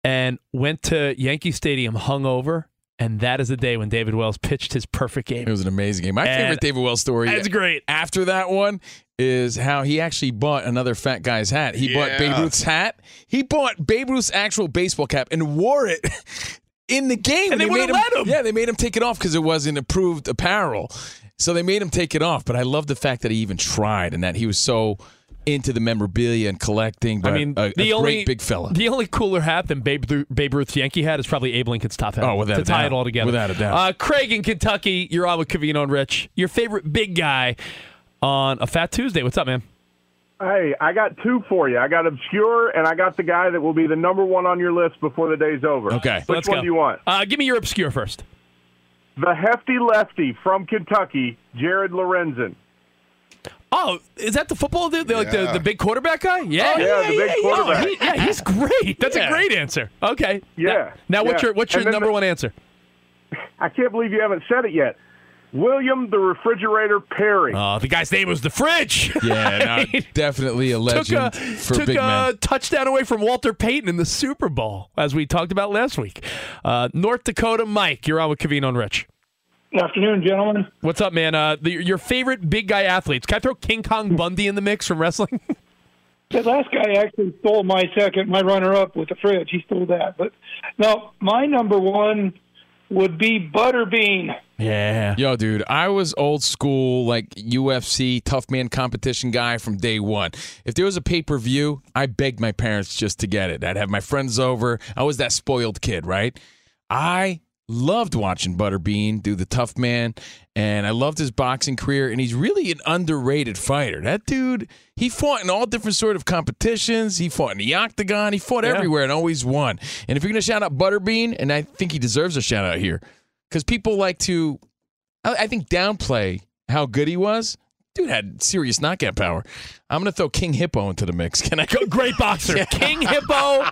Speaker 2: and went to Yankee Stadium hungover. And that is the day when David Wells pitched his perfect game. It
Speaker 1: was an amazing game. My favorite David Wells story.
Speaker 2: That's great.
Speaker 1: After that one is how he actually bought another fat guy's hat. He bought
Speaker 2: Yeah.
Speaker 1: Babe Ruth's hat. He bought Babe Ruth's actual baseball cap and wore it [LAUGHS] in the game.
Speaker 2: And they
Speaker 1: made
Speaker 2: wouldn't
Speaker 1: him,
Speaker 2: let him.
Speaker 1: Yeah, they made him take it off because it wasn't approved apparel. So they made him take it off. But I love the fact that he even tried and that he was so into the memorabilia and collecting. But
Speaker 2: I mean,
Speaker 1: uh, a, a
Speaker 2: the only
Speaker 1: great
Speaker 2: [LAUGHS]
Speaker 1: big fella.
Speaker 2: The only cooler hat than Babe, Ru- Babe Ruth's Yankee hat is probably Abe Lincoln's top hat.
Speaker 1: Oh, without
Speaker 2: to
Speaker 1: a
Speaker 2: tie
Speaker 1: doubt.
Speaker 2: it all together,
Speaker 1: Without a doubt.
Speaker 2: Uh, Craig in Kentucky, you're on with Cavino and Rich. Your favorite big guy on a Fat Tuesday. What's up, man?
Speaker 4: Hey, I got two for you. I got obscure, and I got the guy that will be the number one on your list before the day's over.
Speaker 1: Okay.
Speaker 4: which one do you want?
Speaker 2: Uh, give me your obscure first.
Speaker 4: The hefty lefty from Kentucky, Jared Lorenzen.
Speaker 2: Oh, is that the football dude? The, like the,
Speaker 4: Yeah.
Speaker 2: the big quarterback guy? Yeah,
Speaker 4: Oh, yeah, the big quarterback.
Speaker 2: Oh, he- yeah, he's great. That's
Speaker 4: Yeah.
Speaker 2: a great answer. Okay.
Speaker 4: Yeah.
Speaker 2: Now, now what's
Speaker 4: Yeah.
Speaker 2: your what's
Speaker 4: And
Speaker 2: your
Speaker 4: then
Speaker 2: number
Speaker 4: the-
Speaker 2: one answer?
Speaker 4: I can't believe you haven't said it yet. William the Refrigerator Perry.
Speaker 2: Uh, the guy's name was the fridge.
Speaker 1: Yeah,
Speaker 2: [LAUGHS]
Speaker 1: no, definitely a
Speaker 2: took
Speaker 1: legend
Speaker 2: a,
Speaker 1: for
Speaker 2: took
Speaker 1: big men.
Speaker 2: a touchdown away from Walter Payton in the Super Bowl, as we talked about last week. Uh, North Dakota, Mike, you're on with Kavino and Rich.
Speaker 12: Afternoon, gentlemen.
Speaker 2: What's up, man? Uh, the, your favorite big guy athletes? Can I throw King
Speaker 12: [LAUGHS]
Speaker 2: Kong Bundy in the mix from wrestling?
Speaker 12: The last guy actually stole my second, my runner-up with the fridge. He stole that. But now my number one would be Butterbean.
Speaker 2: Yeah.
Speaker 1: Yo, dude, I was old school, like UFC tough man competition guy from day one. If there was a pay per view, I begged my parents just to get it. I'd have my friends over. I was that spoiled kid, right? I Loved watching Butterbean do the tough man, and I loved his boxing career. And he's really an underrated fighter. That dude, he fought in all different sort of competitions. He fought in the octagon. He fought everywhere and always won. And if you're gonna shout out Butterbean, and I think he deserves a shout out here, because people like to, I, I think, downplay how good he was. Dude had serious knockout power. I'm gonna throw King Hippo into the mix. [LAUGHS] Can
Speaker 2: [LAUGHS]
Speaker 1: I go?
Speaker 2: Great
Speaker 1: [LAUGHS]
Speaker 2: boxer, King Hippo.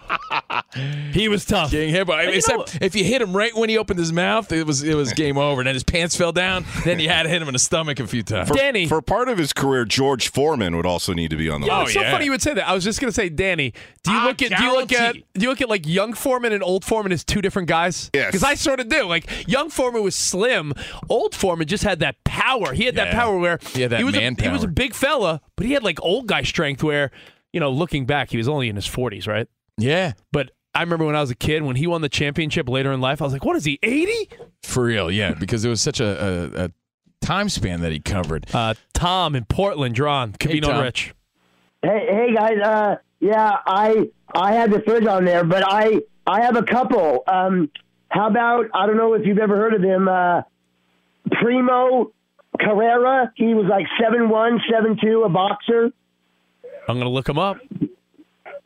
Speaker 2: He was tough.
Speaker 1: King Hippo. I- Except if you hit him right when he opened his mouth, it was it
Speaker 2: [LAUGHS]
Speaker 1: was game over. Then his pants fell down. Then you had to hit him in the stomach a few times.
Speaker 13: For, For part of his career, George Foreman would also need to be on the
Speaker 2: Oh, Yeah, Ah,
Speaker 13: list.
Speaker 2: it's so funny you would say that. I was just gonna say, Danny, do you look at do you look at do you look at like young Foreman and old Foreman as two different guys? Yes. Because I sort of do. Like young Foreman was slim, old Foreman just had that power. He had that
Speaker 1: Yeah.
Speaker 2: power where
Speaker 1: He had that
Speaker 2: he was
Speaker 1: man
Speaker 2: a, He was a
Speaker 1: power.
Speaker 2: big fella, but he had like old guy strength. Where you know, looking back, he was only in his forties, right?
Speaker 1: Yeah.
Speaker 2: But I remember when I was a kid when he won the championship later in life, I was like, what is he eighty?
Speaker 1: For real, yeah, because it was such a, a, a time span that he covered.
Speaker 2: Uh, Tom in Portland, Drawn,
Speaker 1: Hey,
Speaker 2: Cavino
Speaker 1: Tom.
Speaker 2: Rich.
Speaker 14: Hey, hey guys. Uh, yeah, I I had the fridge on there, but I I have a couple. Um, how about I don't know if you've ever heard of him, uh, Primo Carrera. He was like seven one, seven two, a boxer.
Speaker 2: I'm gonna look him up.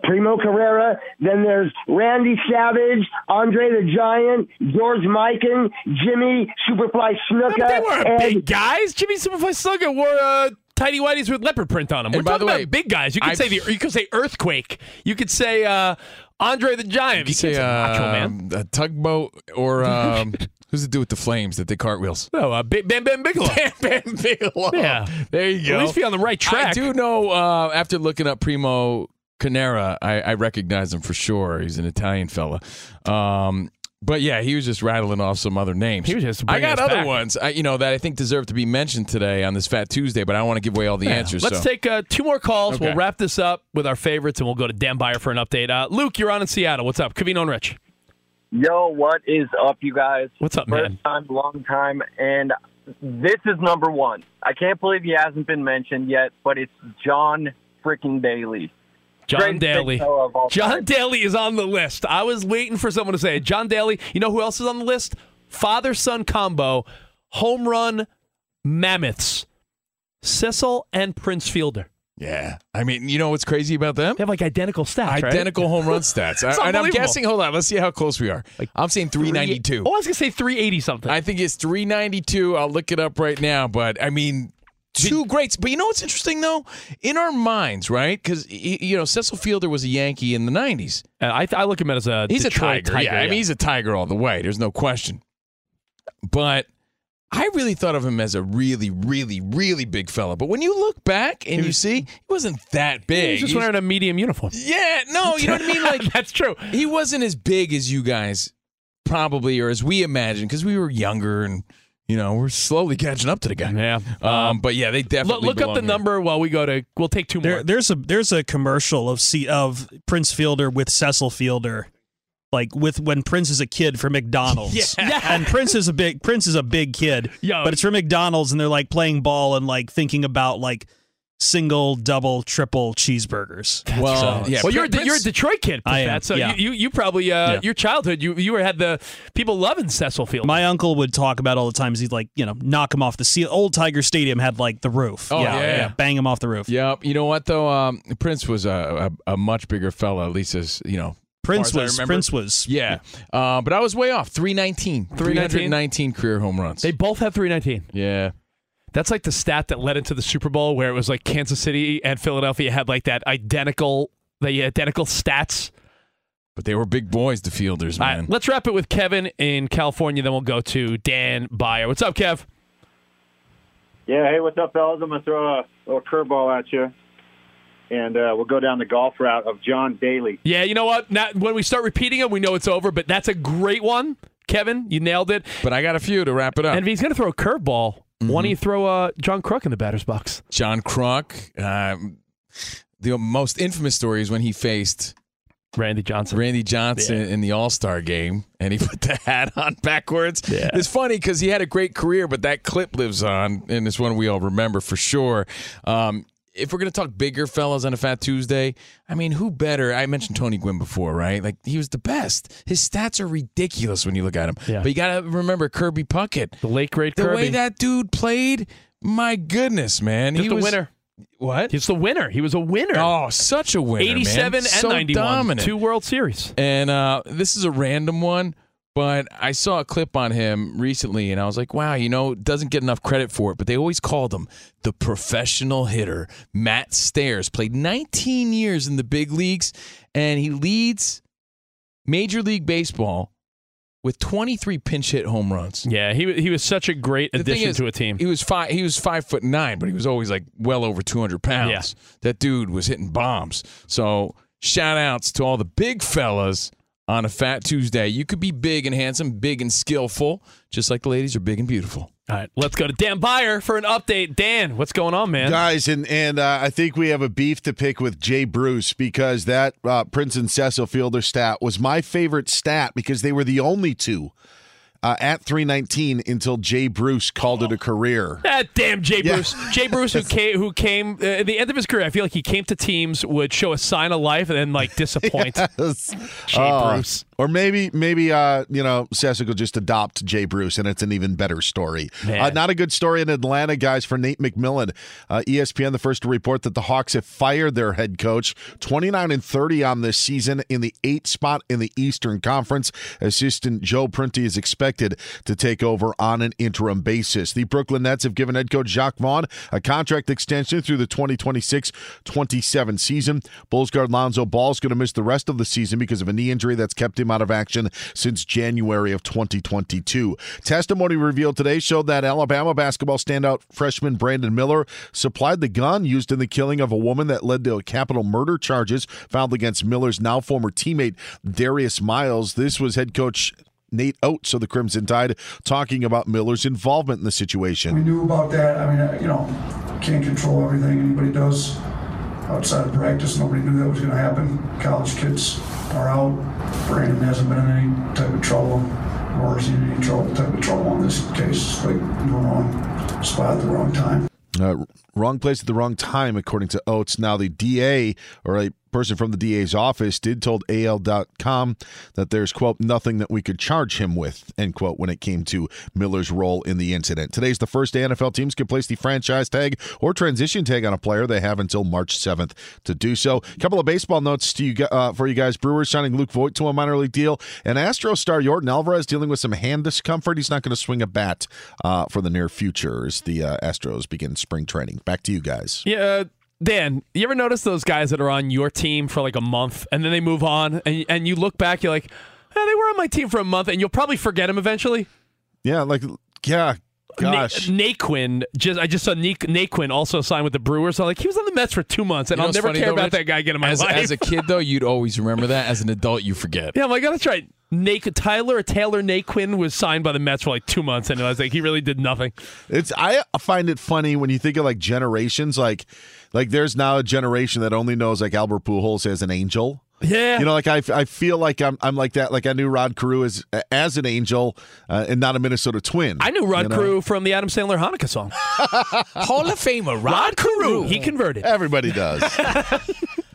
Speaker 14: Primo Carrera. Then there's Randy Savage, Andre the Giant, George Mikan, Jimmy Superfly Snuka.
Speaker 2: They weren't
Speaker 14: and-
Speaker 2: big guys. Jimmy Superfly Slugger wore uh, tidy whities with leopard print on them. We're
Speaker 1: And by
Speaker 2: talking
Speaker 1: the way,
Speaker 2: about big guys. You could
Speaker 1: I-
Speaker 2: say the, you could say earthquake. You could say uh, Andre the Giant. You could say, Macho Man.
Speaker 1: Um, a tugboat
Speaker 2: [LAUGHS]
Speaker 1: or um, who's the dude with the flames that did cartwheels?
Speaker 2: No, uh, Bam Bam Bam Bigelow.
Speaker 1: [LAUGHS] Bam Bam Bigelow.
Speaker 2: Yeah,
Speaker 1: [LAUGHS] there you go.
Speaker 2: At least be on the right track.
Speaker 1: I do know. Uh, after looking up Primo Canera, I, I recognize him for sure. He's an Italian fella. Um, but yeah, he was just rattling off some other names. He was just. I
Speaker 2: bringing
Speaker 1: got
Speaker 2: us
Speaker 1: other
Speaker 2: back.
Speaker 1: ones, I, you know, that I think deserve to be mentioned today on this Fat Tuesday. But I don't want to give away all the
Speaker 2: Yeah.
Speaker 1: answers.
Speaker 2: Let's
Speaker 1: so.
Speaker 2: take uh, two more calls. We'll
Speaker 1: Okay.
Speaker 2: wrap this up with our favorites, and we'll go to Dan Byer for an update. Uh, Luke, you're on in Seattle. What's up, Cavino and Rich?
Speaker 15: Yo, what is up, you guys?
Speaker 2: What's up,
Speaker 15: First
Speaker 2: man?
Speaker 15: time, long time, and this is number one. I can't believe he hasn't been mentioned yet, but it's John freaking Daly.
Speaker 2: John
Speaker 15: Greatest big
Speaker 2: Daly.
Speaker 15: fella of all
Speaker 2: John
Speaker 15: time.
Speaker 2: Daly is on the list. I was waiting for someone to say it. John Daly. You know who else is on the list? Father son combo, home run mammoths, Cecil and Prince Fielder.
Speaker 1: Yeah, I mean, you know what's crazy about them? They
Speaker 2: have like identical stats. right?
Speaker 1: Identical home run
Speaker 2: [LAUGHS]
Speaker 1: stats.
Speaker 2: It's
Speaker 1: I, and I'm
Speaker 2: unbelievable.
Speaker 1: guessing. Hold on, let's see how close we are. I'm saying 392.
Speaker 2: Oh, I was gonna say 380 something.
Speaker 1: I think it's 392. I'll look it up right now. But I mean, two greats. But you know what's interesting though? In our minds, right? Because you know Cecil Fielder was a Yankee in the 90s.
Speaker 2: And I, I look at him as a
Speaker 1: he's
Speaker 2: Detroit
Speaker 1: a tiger. Yeah, I mean he's a tiger all the way. There's no question. But I really thought of him as a really, really, really big fella. But when you look back and you see, he wasn't that big.
Speaker 2: He's just
Speaker 1: He's-
Speaker 2: wearing a medium uniform.
Speaker 1: yeah, no, you know what
Speaker 2: [LAUGHS]
Speaker 1: I mean? Like
Speaker 2: that's true.
Speaker 1: He wasn't as big as you guys probably or as we imagined because we were younger and you know we're slowly catching up to the guy.
Speaker 2: Yeah.
Speaker 1: Um, but yeah, they
Speaker 2: Look, Uh,
Speaker 1: definitely
Speaker 2: look up
Speaker 1: belong
Speaker 2: the
Speaker 1: here.
Speaker 2: number while we go to. We'll take two more.
Speaker 4: There, there's a there's a commercial of C, of Prince Fielder with Cecil Fielder, like with when Prince is a kid for McDonald's.
Speaker 1: [LAUGHS]
Speaker 2: Yeah.
Speaker 4: and Prince is a big Prince is a big kid.
Speaker 2: Yo.
Speaker 4: but it's for McDonald's, and they're like playing ball and like thinking about like single, double, triple cheeseburgers.
Speaker 1: Well,
Speaker 4: So-
Speaker 1: yeah,
Speaker 2: Well, you're a, you're a Detroit kid,
Speaker 4: I am,
Speaker 2: Pat, so
Speaker 4: yeah.
Speaker 2: you, you you probably uh,
Speaker 4: Yeah.
Speaker 2: your childhood you you were had the people loving Cecil Field.
Speaker 4: My uncle would talk about all the times he'd like, you know, knock him off the ceiling. Old Tiger Stadium had like the roof.
Speaker 1: Oh, yeah.
Speaker 4: Bang him off the roof.
Speaker 1: Yep. You know what though? Um, Prince was a, a a much bigger fella. At least as you know.
Speaker 4: Prince
Speaker 1: far as I
Speaker 4: was-
Speaker 1: remember.
Speaker 4: Prince was-
Speaker 1: Yeah. Uh, but I was way off. 319.
Speaker 2: 319?
Speaker 1: 319 career home runs.
Speaker 2: They both have 319.
Speaker 1: Yeah.
Speaker 2: That's like the stat that led into the Super Bowl where it was like Kansas City and Philadelphia had like that identical the identical stats.
Speaker 1: But they were big boys, the fielders, man.
Speaker 2: Let's wrap it with Kevin in California, then we'll go to Dan Byer. What's up, Kev?
Speaker 16: Yeah, hey, what's up, fellas? I'm going to throw a little curveball at you, and uh, we'll go down the golf route of John Daly.
Speaker 2: Yeah, you know what? Now when we start repeating them, we know it's over, but that's a great one. Kevin, you nailed it.
Speaker 1: But I got a few to wrap it up.
Speaker 2: And if he's going to throw a curveball, why
Speaker 4: Mm-hmm.
Speaker 2: don't you throw uh, John Crook in the batter's box?
Speaker 1: John Kruk. Um, the most infamous story is when he faced
Speaker 2: Randy Johnson.
Speaker 1: Randy Johnson in the All Star game, and he put the hat on backwards. It's funny because he had a great career, but that clip lives on, and it's one we all remember for sure. Um, if we're gonna talk bigger fellas on a Fat Tuesday, I mean, who better? I mentioned Tony Gwynn before, right? Like he was the best. His stats are ridiculous when you look at him.
Speaker 2: Yeah.
Speaker 1: But you gotta remember Kirby Puckett, the
Speaker 2: late great
Speaker 1: the way
Speaker 2: Kirby.
Speaker 1: that dude played. My goodness, man,
Speaker 2: Just
Speaker 1: he
Speaker 2: a
Speaker 1: was
Speaker 2: winner.
Speaker 1: What?
Speaker 2: He's the winner. He was a winner.
Speaker 1: Oh, such a winner. man.
Speaker 2: 87 and
Speaker 1: So
Speaker 2: 91.
Speaker 1: dominant.
Speaker 2: Two World Series.
Speaker 1: And uh, this is a random one, but I saw a clip on him recently, and I was like, wow, you know, doesn't get enough credit for it, but they always called him the professional hitter. Matt Stairs played 19 years in the big leagues, and he leads Major League Baseball with 23 pinch hit home runs.
Speaker 2: Yeah, he wa- he was such a great
Speaker 1: The thing
Speaker 2: addition
Speaker 1: is,
Speaker 2: to a team.
Speaker 1: He was five. He was five foot nine, but he was always like well over two hundred pounds. That dude was hitting bombs. So shout outs to all the big fellas on a Fat Tuesday. You could be big and handsome, big and skillful, just like the ladies are big and beautiful.
Speaker 2: All right, let's go to Dan Byer for an update. Dan, what's going on, man?
Speaker 13: Guys, and and uh, I think we have a beef to pick with Jay Bruce because that uh, Prince and Cecil Fielder stat was my favorite stat because they were the only two uh, at 319 until Jay Bruce called it a career.
Speaker 2: That damn Jay Bruce. Jay Bruce,
Speaker 1: [LAUGHS]
Speaker 2: who came, who came uh, at the end of his career, I feel like he came to teams, would show a sign of life, and then
Speaker 1: [LAUGHS]
Speaker 2: like disappoint.
Speaker 13: [LAUGHS]
Speaker 2: Jay
Speaker 13: Oh,
Speaker 2: Bruce.
Speaker 13: Or maybe, maybe uh, you know, Sessic will just adopt Jay Bruce, and it's an even better story.
Speaker 2: Man.
Speaker 13: Uh, not a good story in Atlanta, guys, for Nate McMillan. Uh, ESPN, the first to report that the Hawks have fired their head coach, 29 and 30 on this season in the eighth spot in the Eastern Conference. Assistant Joe Prunty is expected to take over on an interim basis. The Brooklyn Nets have given head coach Jacques Vaughn a contract extension through the 2026 27 season. Bulls guard Lonzo Ball is going to miss the rest of the season because of a knee injury that's kept him out of action since January of 2022. Testimony revealed today showed that Alabama basketball standout freshman Brandon Miller supplied the gun used in the killing of a woman that led to capital murder charges filed against Miller's now former teammate Darius Miles. This was head coach. Nate Oates of the Crimson Tide talking about Miller's involvement in the situation.
Speaker 17: We knew about that. I mean, uh, you know, can't control everything anybody does outside of practice. Nobody knew that was going to happen. College kids are out. Brandon hasn't been in any type of trouble, nor has he in any trouble, type of trouble on this case. Like the wrong spot at the wrong time.
Speaker 13: Uh, wrong place at the wrong time, according to Oates. Now, the DA or a person from the DA's office did told AL.com that there's, quote, nothing that we could charge him with, end quote, when it came to Miller's role in the incident. Today's the first day NFL teams can place the franchise tag or transition tag on a player. They have until March 7th to do so. A couple of baseball notes to you gu- uh, for you guys. Brewers signing Luke Voigt to a minor league deal. And Astro star Jordan Alvarez dealing with some hand discomfort. He's not going to swing a bat uh, for the near future as the uh, Astros begin spring training. Back to you guys.
Speaker 2: Yeah, uh, Dan, you ever notice those guys that are on your team for like a month and then they move on and and you look back, you're like, eh, they were on my team for a month, and you'll probably forget them eventually.
Speaker 13: Yeah, like yeah, gosh.
Speaker 2: Na- Naquin, just I just saw Na- Naquin also sign with the Brewers. So I'm like, he was on the Mets for two months, and
Speaker 1: You know
Speaker 2: I'll
Speaker 1: what's
Speaker 2: never
Speaker 1: funny,
Speaker 2: care
Speaker 1: though,
Speaker 2: about
Speaker 1: Rich?
Speaker 2: that guy again in my
Speaker 1: as,
Speaker 2: life.
Speaker 1: As a kid, though, you'd always remember that. As an adult, you forget.
Speaker 2: [LAUGHS] Yeah, I'm like, oh, that's right. Nate, Tyler Taylor Naquin was signed by the Mets for like two months, and I was like, he really did nothing.
Speaker 13: It's I find it funny when you think of like generations, like like there's now a generation that only knows like Albert Pujols as an angel.
Speaker 2: Yeah,
Speaker 13: you know, like I, I feel like I'm I'm like that. Like I knew Rod Carew as as an angel uh, and not a Minnesota Twin.
Speaker 2: I knew Rod
Speaker 13: you know?
Speaker 2: Carew from the Adam Sandler Hanukkah song.
Speaker 1: [LAUGHS] Hall of Famer
Speaker 2: Rod Carew. He converted.
Speaker 13: Everybody does.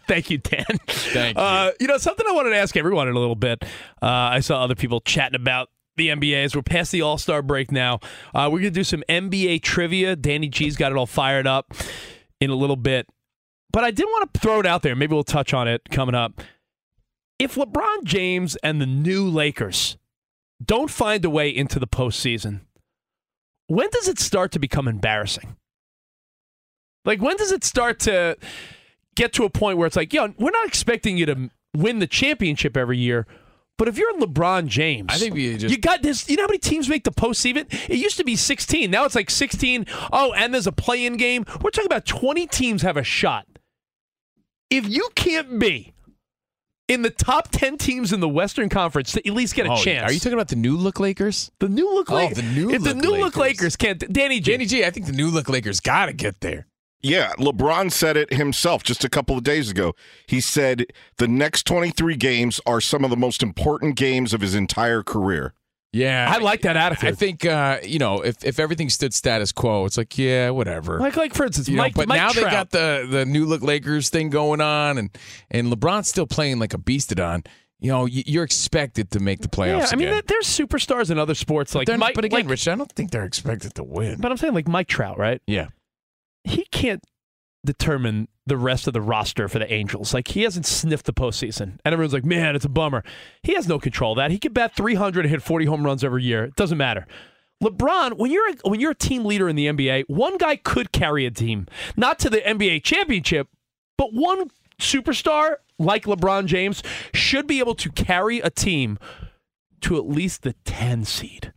Speaker 2: Thank you, Dan.
Speaker 1: Thank
Speaker 2: you. Uh, you know, something I wanted to ask everyone in a little bit. Uh, I saw other people chatting about the NBA as we're past the All Star break now. Uh, we're going to do some NBA trivia. Danny G's got it all fired up in a little bit. But I did want to throw it out there. Maybe we'll touch on it coming up. If LeBron James and the new Lakers don't find a way into the postseason, when does it start to become embarrassing? Like, when does it start to get to a point where it's like, yo, we're not expecting you to m- win the championship every year, but if you're LeBron James, I think
Speaker 1: you just
Speaker 2: you got this. You know how many teams make the postseason? It used to be 16. Now it's like 16. Oh, and there's a play-in game. We're talking about 20 teams have a shot. If you can't be in the top 10 teams in the Western Conference to at least get a
Speaker 1: Oh,
Speaker 2: chance,
Speaker 1: Are you talking about the new look Lakers?
Speaker 2: The new look
Speaker 1: Lakers.
Speaker 2: Lak-
Speaker 1: Oh, the new
Speaker 2: if the
Speaker 1: look
Speaker 2: new
Speaker 1: Lakers.
Speaker 2: look Lakers can't, Danny G. Danny
Speaker 1: G. I think the new look Lakers got to get there.
Speaker 18: Yeah, [LAUGHS] LeBron said it himself just a couple of days ago. He said the next 23 games are some of the most important games of his entire career.
Speaker 8: Yeah,
Speaker 2: I like that attitude.
Speaker 8: I think uh, you know if, if everything stood status quo, it's like yeah, whatever.
Speaker 2: Like, like for instance,
Speaker 8: You know,
Speaker 2: Mike,
Speaker 8: but
Speaker 2: Mike
Speaker 8: now they
Speaker 2: Trout.
Speaker 8: got the the new look Lakers thing going on, and and LeBron's still playing like a beastodon. You know, y- you're expected to make the playoffs.
Speaker 2: Yeah, I mean,
Speaker 8: again.
Speaker 2: there- there's superstars in other sports like
Speaker 8: they're-
Speaker 2: Mike.
Speaker 8: but again,
Speaker 2: like-
Speaker 8: Rich, I don't think they're expected to win.
Speaker 2: But I'm saying like Mike Trout, right?
Speaker 8: Yeah.
Speaker 2: He can't determine the rest of the roster for the Angels. Like he hasn't sniffed the postseason, and everyone's like, "Man, it's a bummer." He has no control of that. He could bat 300 and hit 40 home runs every year. It doesn't matter. LeBron, when you're a, when you're a team leader in the NBA, one guy could carry a team, not to the NBA championship, but one superstar like LeBron James should be able to carry a team to at least the 10 seed.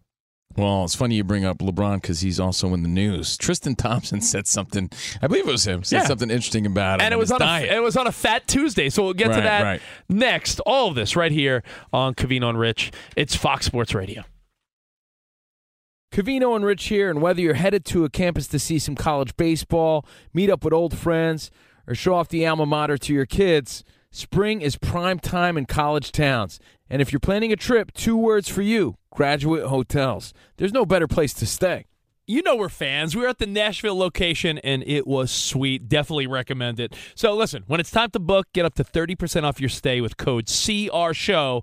Speaker 8: Well, it's funny you bring up LeBron because he's also in the news. Tristan Thompson [LAUGHS] said something. I believe it was him. Said
Speaker 2: Yeah.
Speaker 8: something interesting about him
Speaker 2: and it was
Speaker 8: his
Speaker 2: on
Speaker 8: diet.
Speaker 2: a it was on a Fat Tuesday. So we'll get to
Speaker 8: Right,
Speaker 2: that
Speaker 8: right.
Speaker 2: next. All of this right here on Cavino and Rich. It's Fox Sports Radio.
Speaker 1: Cavino and Rich here, and whether you're headed to a campus to see some college baseball, meet up with old friends, or show off the alma mater to your kids, spring is prime time in college towns. And if you're planning a trip, two words for you graduate hotels. There's no better place to stay.
Speaker 2: You know we're fans. We were at the Nashville location and it was sweet. Definitely recommend it. So listen, when it's time to book, get up to 30% off your stay with code CR Show.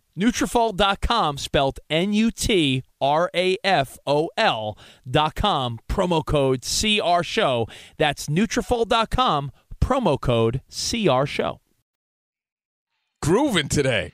Speaker 2: Nutrafol.com, spelled N-U-T-R-A-F-O-L dot com, promo code CR Show. That's Nutrafol.com, promo code CR Show.
Speaker 8: grooving today.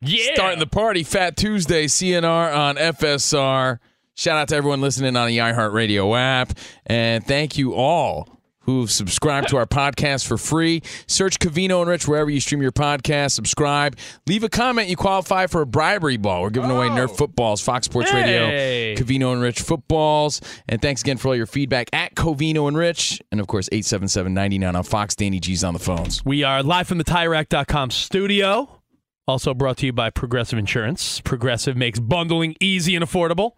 Speaker 2: Yeah.
Speaker 8: Starting the party Fat Tuesday, CNR on FSR. Shout out to everyone listening on the iHeartRadio app. And thank you all who've subscribed to our podcast for free. Search Cavino and Rich wherever you stream your podcast. Subscribe. Leave a comment. You qualify for a bribery ball. We're giving away Nerf footballs, Fox Sports
Speaker 2: Oh. Hey.
Speaker 8: Radio, Cavino and Rich footballs. And thanks again for all your feedback at Covino and Rich. And of course, 877 99 on Fox. Danny G's on the phones.
Speaker 2: We are live from the TireRack.com studio. Also brought to you by Progressive Insurance. Progressive makes bundling easy and affordable.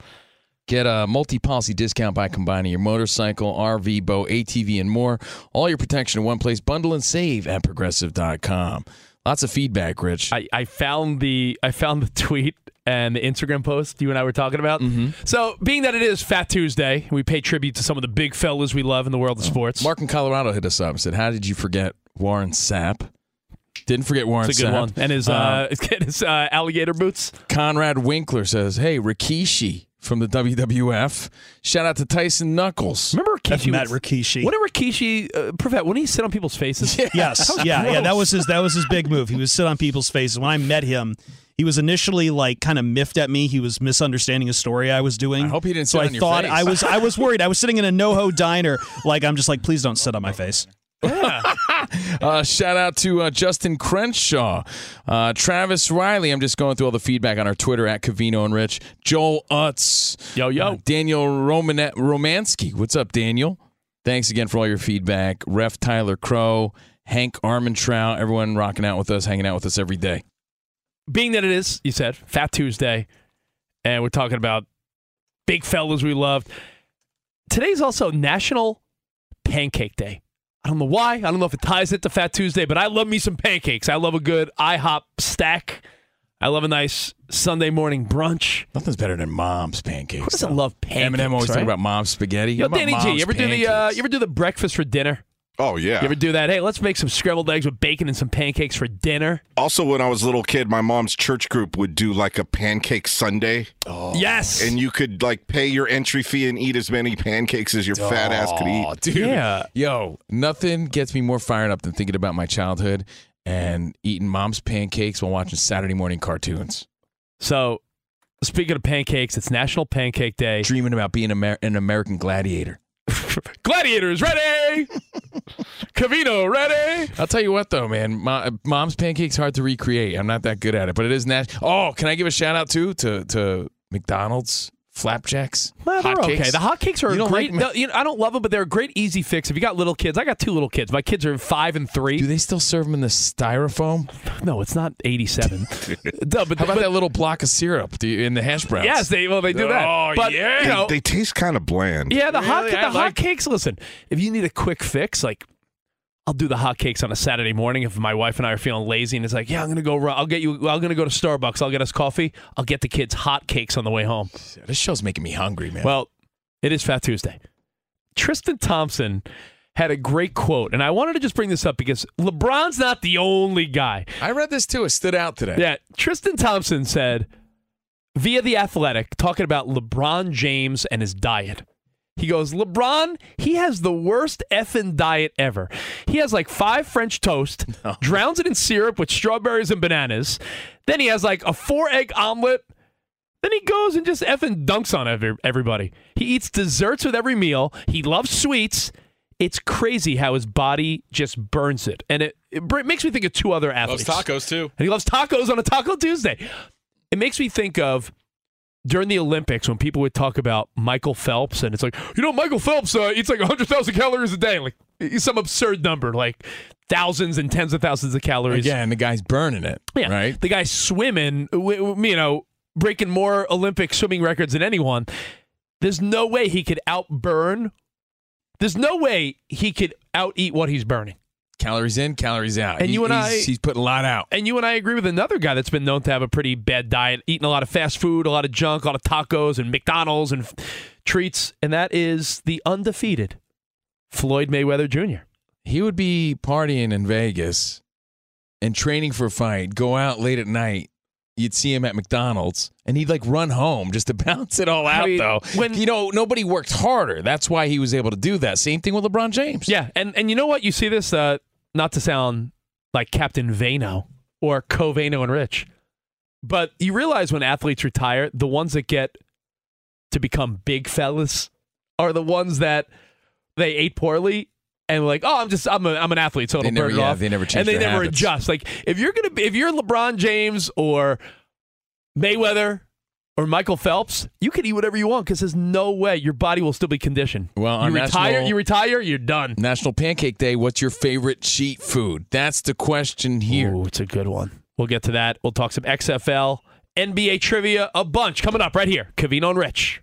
Speaker 8: Get a multi-policy discount by combining your motorcycle, RV, boat, ATV, and more. All your protection in one place. Bundle and save at progressive.com. Lots of feedback, Rich.
Speaker 2: I, I found the I found the tweet and the Instagram post you and I were talking about.
Speaker 8: Mm-hmm.
Speaker 2: So, being that it is Fat Tuesday, we pay tribute to some of the big fellas we love in the world of sports.
Speaker 8: Mark in Colorado hit us up and said, How did you forget
Speaker 1: Warren Sapp. Didn't forget Warren
Speaker 2: It's a good
Speaker 1: Sapp.
Speaker 2: one. And his uh, [LAUGHS] his uh, alligator boots.
Speaker 1: Conrad Winkler says, "Hey, Rikishi from the WWF. Shout out to Tyson Knuckles.
Speaker 2: Remember
Speaker 1: That's
Speaker 2: Rikishi
Speaker 1: Matt
Speaker 2: was- When did Rikishi uh, Privet? When did he sit on people's faces?
Speaker 4: Yes. yeah, yeah. That was his that was his big move. He was sit on people's faces. When I met him, he was initially like kind of miffed at me. He was misunderstanding a story I was doing. I hope
Speaker 1: he didn't
Speaker 4: So
Speaker 1: sit
Speaker 4: I
Speaker 1: on your
Speaker 4: thought
Speaker 1: face.
Speaker 4: I was
Speaker 1: [LAUGHS]
Speaker 4: I was worried. I was sitting in a NoHo diner. Like I'm just like, please don't sit on my face.
Speaker 1: Uh, shout out to uh, Justin Crenshaw, uh, Travis Riley. I'm just going through all the feedback on our Twitter at Cavino and Rich. Joel Utz, Oh, yo yo, Uh, Daniel Romanet Romansky. What's up, Daniel? Thanks again for all your feedback. Ref Tyler Crow, Hank Armentrout, everyone rocking out with us, hanging out with us every day.
Speaker 2: being that it is, you said, Fat Tuesday, and we're talking about big fellas we loved. Today's also National Pancake Day. I don't know why. I don't know if it ties it to Fat Tuesday, but I love me some pancakes. I love a good IHOP stack. I love a nice Sunday morning brunch.
Speaker 1: Nothing's better than mom's pancakes. Who
Speaker 2: doesn't love pancakes?
Speaker 1: Eminem always talking
Speaker 2: right?
Speaker 1: about mom's spaghetti.
Speaker 2: Yo,
Speaker 1: How about
Speaker 2: Danny G,
Speaker 1: mom's
Speaker 2: you ever do the uh, you ever do the breakfast for dinner?
Speaker 12: Oh yeah.
Speaker 2: You ever do that? Hey, let's make some scrambled eggs with bacon and some pancakes for dinner.
Speaker 12: Also, when I was a little kid, my mom's church group would do like a pancake Sunday. Oh.
Speaker 2: Yes.
Speaker 12: And you could like pay your entry fee and eat as many pancakes as your fat ass could
Speaker 1: Aw,
Speaker 12: eat.
Speaker 1: dude. Yo, nothing gets me more fired up than thinking about my childhood and eating mom's pancakes while watching Saturday morning cartoons.
Speaker 2: So, speaking of pancakes, it's National Pancake Day.
Speaker 1: Dreaming about being Amer- an American gladiator.
Speaker 12: [LAUGHS]
Speaker 2: Gladiators ready. Cavino ready.
Speaker 1: I'll tell you what, though, man. My, mom's pancakes hard to recreate. I'm not that good at it, but it is nat- Oh, can I give a shout out too to to McDonald's flapjacks?
Speaker 2: Well, they're
Speaker 1: hotcakes?
Speaker 2: okay. The hotcakes are
Speaker 1: You
Speaker 2: a
Speaker 1: don't
Speaker 2: great.
Speaker 1: like
Speaker 2: no, you know, I don't love them, but they're a great easy fix. If you got little kids, I got two little kids. My kids are five and three. Do
Speaker 1: they still serve them in the styrofoam?
Speaker 2: No, it's not
Speaker 12: [LAUGHS]
Speaker 2: eighty-seven. no, but
Speaker 1: How about that little block of syrup do you- in the hash browns?
Speaker 2: Yes, they- well, they do that.
Speaker 1: Oh
Speaker 2: But,
Speaker 1: yeah,
Speaker 2: you know-
Speaker 12: They taste kind of bland.
Speaker 2: yeah, the hot
Speaker 1: Really?
Speaker 2: the
Speaker 1: I like-
Speaker 2: hotcakes. Listen, if you need a quick fix, like I'll do the hotcakes on a Saturday morning if my wife and I are feeling lazy, and it's like, yeah, I'm gonna go. ru- I'll get you. I'm gonna go to Starbucks. I'll get us coffee. I'll get the kids hotcakes on the way home.
Speaker 1: This show's making me hungry, man.
Speaker 2: Well, it is Fat Tuesday. Tristan Thompson had a great quote, and I wanted to just bring this up because LeBron's not the only guy.
Speaker 1: I read this too. It stood out today.
Speaker 2: Yeah, Tristan Thompson said via The Athletic, talking about LeBron James and his diet. He goes, LeBron, he has the worst effing diet ever. He has like five French toast, drowns it in syrup with strawberries and bananas. Then he has like a four egg omelet. Then he goes and just effing dunks on every, everybody. He eats desserts with every meal. He loves sweets. It's crazy how his body just burns it. And it, it br- makes me think of two other
Speaker 19: Loves
Speaker 2: athletes.
Speaker 19: tacos too.
Speaker 2: And he loves tacos on a Taco Tuesday. It makes me think of during the Olympics when people would talk about Michael Phelps, and it's like, you know, Michael Phelps uh, eats like 100,000 calories a day, like some absurd number, like thousands and tens of thousands of calories.
Speaker 1: Yeah, and the guy's burning it.
Speaker 2: Yeah. Right? The guy's swimming, w- w- you know, breaking more Olympic swimming records than anyone. There's no way he could outburn. There's no way he could out eat what he's burning.
Speaker 1: Calories in, calories out.
Speaker 2: And
Speaker 1: He-
Speaker 2: you and
Speaker 1: he's,
Speaker 2: I-
Speaker 1: he's putting a lot out.
Speaker 2: And you and I agree with another guy that's been known to have a pretty bad diet, eating a lot of fast food, a lot of junk, a lot of tacos and McDonald's and f- treats, and that is the undefeated Floyd Mayweather Jr.
Speaker 1: He would be partying in Vegas and training for a fight, go out late at night. You'd see him at McDonald's, and he'd like run home just to [LAUGHS] bounce it all out.
Speaker 2: mean,
Speaker 1: though, when you know nobody worked harder, that's why he was able to do that. Same thing with LeBron James.
Speaker 2: Yeah, and and you know what? You see this uh, not to sound like Captain Vano or Covano and Rich, but you realize when athletes retire, the ones that get to become big fellas are the ones that they ate poorly and were like, oh, I'm just I'm a, I'm an athlete, so
Speaker 1: They
Speaker 2: it'll
Speaker 1: never-
Speaker 2: burn it
Speaker 1: yeah,
Speaker 2: off.
Speaker 1: they never
Speaker 2: and
Speaker 1: change
Speaker 2: they
Speaker 1: their
Speaker 2: never
Speaker 1: habits.
Speaker 2: adjust. Like if you're gonna be, if you're LeBron James or Mayweather. Or Michael Phelps, you can eat whatever you want because there's no way your body will still be conditioned.
Speaker 1: Well, on
Speaker 2: you retire,
Speaker 1: National-
Speaker 2: you retire, you're done.
Speaker 1: National Pancake Day. What's your favorite cheat food? That's the question here.
Speaker 2: Oh, it's a good one. We'll get to that. We'll talk some XFL, NBA trivia, a bunch coming up right here. Cavino and Rich.